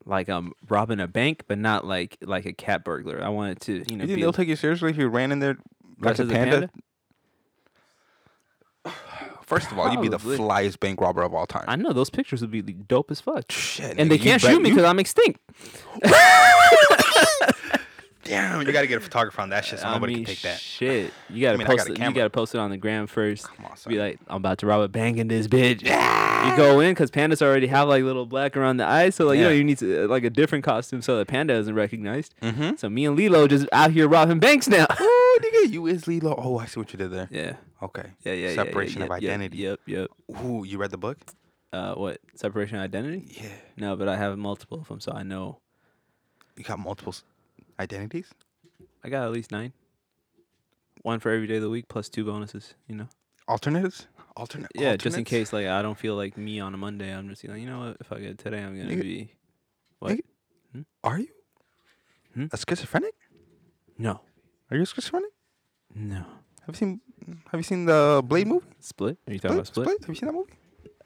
Speaker 2: like I'm robbing a bank, but not like like a cat burglar. I wanted to, you know,
Speaker 1: You think
Speaker 2: be
Speaker 1: they'll
Speaker 2: a-
Speaker 1: take you seriously if you ran in there like
Speaker 2: dressed
Speaker 1: a
Speaker 2: as
Speaker 1: panda? First of all, you'd be the
Speaker 2: Probably.
Speaker 1: flyest bank robber of all time.
Speaker 2: I know those pictures would be like, dope as fuck.
Speaker 1: Shit,
Speaker 2: and they
Speaker 1: nigga, you
Speaker 2: can't
Speaker 1: bet-
Speaker 2: shoot me
Speaker 1: you-
Speaker 2: because I'm extinct.
Speaker 1: Damn, you gotta get a photographer on that shit so
Speaker 2: I
Speaker 1: nobody
Speaker 2: mean,
Speaker 1: can take that.
Speaker 2: shit. You gotta
Speaker 1: mean, I got
Speaker 2: post
Speaker 1: a
Speaker 2: it. You
Speaker 1: camera.
Speaker 2: gotta post it on the gram first.
Speaker 1: Come on, son.
Speaker 2: Be like, I'm about to rob a bank in this bitch. You go in because pandas already have like little black around the eyes, so like you
Speaker 1: Yeah.
Speaker 2: know you need to, uh, like a different costume so the panda isn't recognized.
Speaker 1: Mhm.
Speaker 2: So me and Lilo just out here robbing banks now.
Speaker 1: Ooh, Oh, nigga, you is Lilo. Oh, I see what you did there.
Speaker 2: yeah.
Speaker 1: Okay.
Speaker 2: Yeah, yeah, yeah,
Speaker 1: Separation
Speaker 2: yeah,
Speaker 1: of
Speaker 2: yeah, yeah,
Speaker 1: identity.
Speaker 2: Yep, yep.
Speaker 1: Ooh, you read the book?
Speaker 2: Uh, what separation of identity?
Speaker 1: Yeah.
Speaker 2: No, but I have multiple of them, so I know
Speaker 1: You got multiple s- identities?
Speaker 2: I got at least nine. One for every day of the week, plus two bonuses. You know.
Speaker 1: Alternatives? Alternate.
Speaker 2: Yeah, just in
Speaker 1: alternates?
Speaker 2: case like I don't feel like me on a Monday, I'm just like, you know what? If I get today, I'm gonna
Speaker 1: Nigga-
Speaker 2: be what?
Speaker 1: nigga- Are you?
Speaker 2: Hmm?
Speaker 1: A schizophrenic?
Speaker 2: No,
Speaker 1: Are you a schizophrenic?
Speaker 2: no.
Speaker 1: Have you seen Have you seen the Blade movie?
Speaker 2: Split? Are you talking about split?
Speaker 1: Have you seen that movie?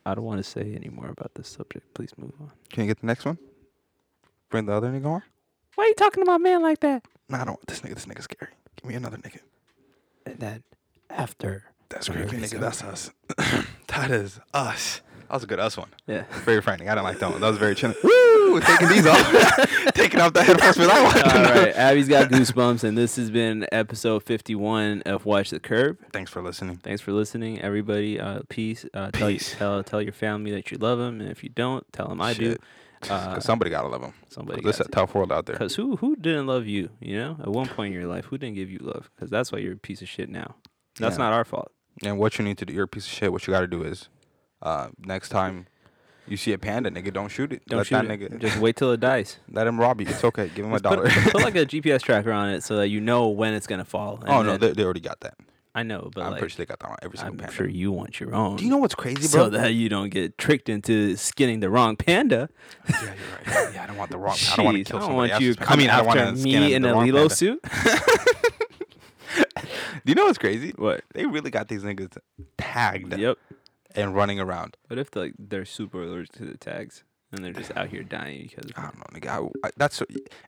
Speaker 2: I don't want to say any more about this subject. Please move on.
Speaker 1: Can you get the next one? Bring the other nigga on.
Speaker 2: Why are you talking to my man like that?
Speaker 1: Nah, I don't want this nigga. This nigga's scary. Give me another nigga.
Speaker 2: And then after.
Speaker 1: That's
Speaker 2: Whatever
Speaker 1: creepy,
Speaker 2: it
Speaker 1: nigga.
Speaker 2: is.
Speaker 1: That's us. that is us. That was a good us one.
Speaker 2: Yeah.
Speaker 1: Very frightening. I didn't like that one. That was very chilling. Woo! Taking these off. Taking off the headphones because I want to
Speaker 2: All
Speaker 1: know.
Speaker 2: right, Abby's got goosebumps, and this has been episode 51 of Watch the Curb.
Speaker 1: Thanks for listening.
Speaker 2: Thanks for listening, everybody. Uh, peace. Uh, Tell,
Speaker 1: Peace.
Speaker 2: tell tell your family that you love them, and if you don't, tell them I
Speaker 1: Shit.
Speaker 2: do. Uh,
Speaker 1: Because somebody gotta love him.
Speaker 2: somebody.
Speaker 1: This is
Speaker 2: got
Speaker 1: a tough world out there.
Speaker 2: Because who who didn't love you? You know, at one point in your life, who didn't give you love? Because that's why you're a piece of shit now. That's
Speaker 1: Yeah.
Speaker 2: not our fault.
Speaker 1: And what you need to do, you're a piece of shit. What you gotta do is, uh, next time you see a panda, nigga, don't shoot it.
Speaker 2: Don't
Speaker 1: Let
Speaker 2: shoot
Speaker 1: that
Speaker 2: it.
Speaker 1: nigga.
Speaker 2: Just wait till it dies.
Speaker 1: Let him rob you. It's okay. Give him a
Speaker 2: Put,
Speaker 1: dollar.
Speaker 2: put like a GPS tracker on it so that you know when it's gonna fall.
Speaker 1: oh
Speaker 2: and
Speaker 1: no,
Speaker 2: then-
Speaker 1: they, they already got that.
Speaker 2: I know, but
Speaker 1: I'm
Speaker 2: like,
Speaker 1: pretty sure they got that on every single
Speaker 2: I'm
Speaker 1: panda.
Speaker 2: sure you want your own.
Speaker 1: Do you know what's crazy, bro?
Speaker 2: so that you don't get tricked into skinning the wrong panda.
Speaker 1: yeah, you're right. Yeah, I don't want the wrong. I don't want to
Speaker 2: Jeez,
Speaker 1: kill
Speaker 2: I don't
Speaker 1: somebody
Speaker 2: want you
Speaker 1: else's panda. I
Speaker 2: coming
Speaker 1: mean, I don't want
Speaker 2: after
Speaker 1: to
Speaker 2: me in a Lilo suit.
Speaker 1: Do you know what's crazy?
Speaker 2: What?
Speaker 1: They really got these niggas tagged
Speaker 2: Yep.
Speaker 1: and running around.
Speaker 2: What if like they're super allergic to the tags and they're just out here dying because
Speaker 1: I don't know, nigga. I, I, that's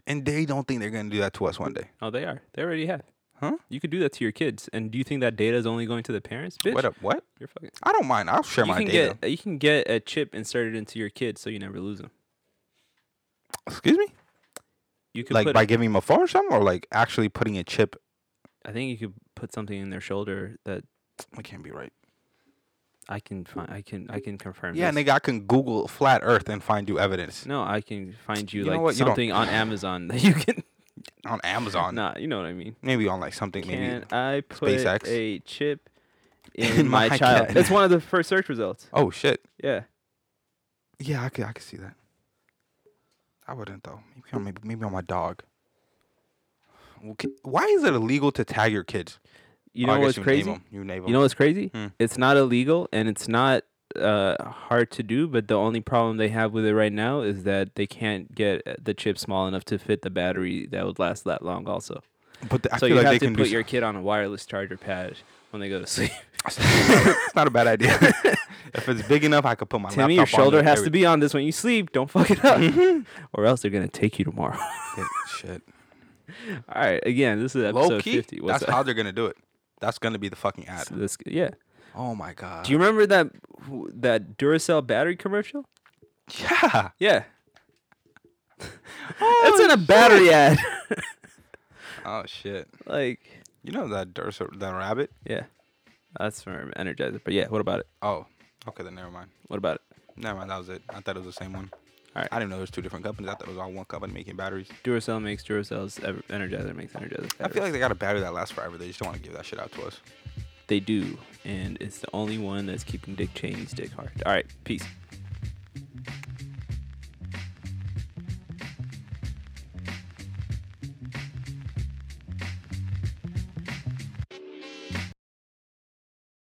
Speaker 1: and they don't think they're gonna do that to us one day.
Speaker 2: Oh, they are. They already have.
Speaker 1: Huh?
Speaker 2: You could do that to your kids. And do you think that data is only going to the parents? Bitch,
Speaker 1: What? A, what?
Speaker 2: you're fucking.
Speaker 1: I don't mind. I'll share
Speaker 2: You
Speaker 1: my
Speaker 2: can
Speaker 1: data.
Speaker 2: get you can get a chip inserted into your kids so you never lose them.
Speaker 1: Excuse me.
Speaker 2: You could
Speaker 1: Like
Speaker 2: put
Speaker 1: by giving them a phone or something, or like actually putting a chip.
Speaker 2: I think you could put something in their shoulder that
Speaker 1: I can't be right.
Speaker 2: I can find I can I can confirm.
Speaker 1: Yeah,
Speaker 2: this.
Speaker 1: nigga, I can Google flat Earth and find you evidence
Speaker 2: No, I can find you,
Speaker 1: You know
Speaker 2: like
Speaker 1: what? You don't-
Speaker 2: something on Amazon that you can
Speaker 1: on Amazon.
Speaker 2: Nah, you know what I mean.
Speaker 1: Maybe on like something.
Speaker 2: Can
Speaker 1: Maybe.
Speaker 2: I put
Speaker 1: SpaceX.
Speaker 2: a chip in,
Speaker 1: In
Speaker 2: my,
Speaker 1: my
Speaker 2: child?
Speaker 1: cat.
Speaker 2: That's one of the first search results.
Speaker 1: Oh shit.
Speaker 2: Yeah.
Speaker 1: Yeah, I could. I could see that. I wouldn't though. Maybe on maybe, maybe on my dog. Okay. Why is it illegal to tag your kids?
Speaker 2: You
Speaker 1: Oh, I
Speaker 2: know
Speaker 1: guess
Speaker 2: what's
Speaker 1: you
Speaker 2: crazy?
Speaker 1: Name 'em. You name 'em.
Speaker 2: You know what's crazy?
Speaker 1: Hmm.
Speaker 2: It's not illegal and it's not uh, hard to do, but the only problem they have with it right now is that they can't get uh, the chip small enough to fit the battery that would last that long, also.
Speaker 1: But the, I
Speaker 2: so
Speaker 1: feel
Speaker 2: you
Speaker 1: like
Speaker 2: have
Speaker 1: they
Speaker 2: to
Speaker 1: can
Speaker 2: put
Speaker 1: do
Speaker 2: your kid on a wireless charger pad when they go to sleep.
Speaker 1: it's not a bad idea. if it's big enough, I could put my laptop
Speaker 2: Timmy, your
Speaker 1: on Mm-hmm.
Speaker 2: shoulder
Speaker 1: there,
Speaker 2: has to
Speaker 1: everything.
Speaker 2: be on this when you sleep. Don't fuck it up, or else they're gonna take you tomorrow.
Speaker 1: Yeah, shit.
Speaker 2: All right, again, this is episode
Speaker 1: Low key,
Speaker 2: fifty.
Speaker 1: that's
Speaker 2: What's up?
Speaker 1: how they're gonna do it. That's gonna be the fucking ad.
Speaker 2: So this- yeah.
Speaker 1: Oh my god.
Speaker 2: Do you remember that wh- that Duracell battery commercial?
Speaker 1: yeah.
Speaker 2: Yeah. That's in a battery ad.
Speaker 1: Oh shit.
Speaker 2: like,
Speaker 1: You know that Dursa, the rabbit?
Speaker 2: yeah. That's from Energizer. But yeah, what about it?
Speaker 1: Oh, okay. Then never mind.
Speaker 2: What about it?
Speaker 1: Never mind. That was it. I thought it was the same one.
Speaker 2: All right.
Speaker 1: I didn't know there was two different companies. I thought it was all one company making batteries.
Speaker 2: Duracell makes Duracells. Ever- Energizer makes Energizer.
Speaker 1: I feel like they got a battery that lasts forever. They just don't want to give that shit out to us.
Speaker 2: they do. And it's the only one that's keeping Dick Cheney's dick hard. All right. Peace.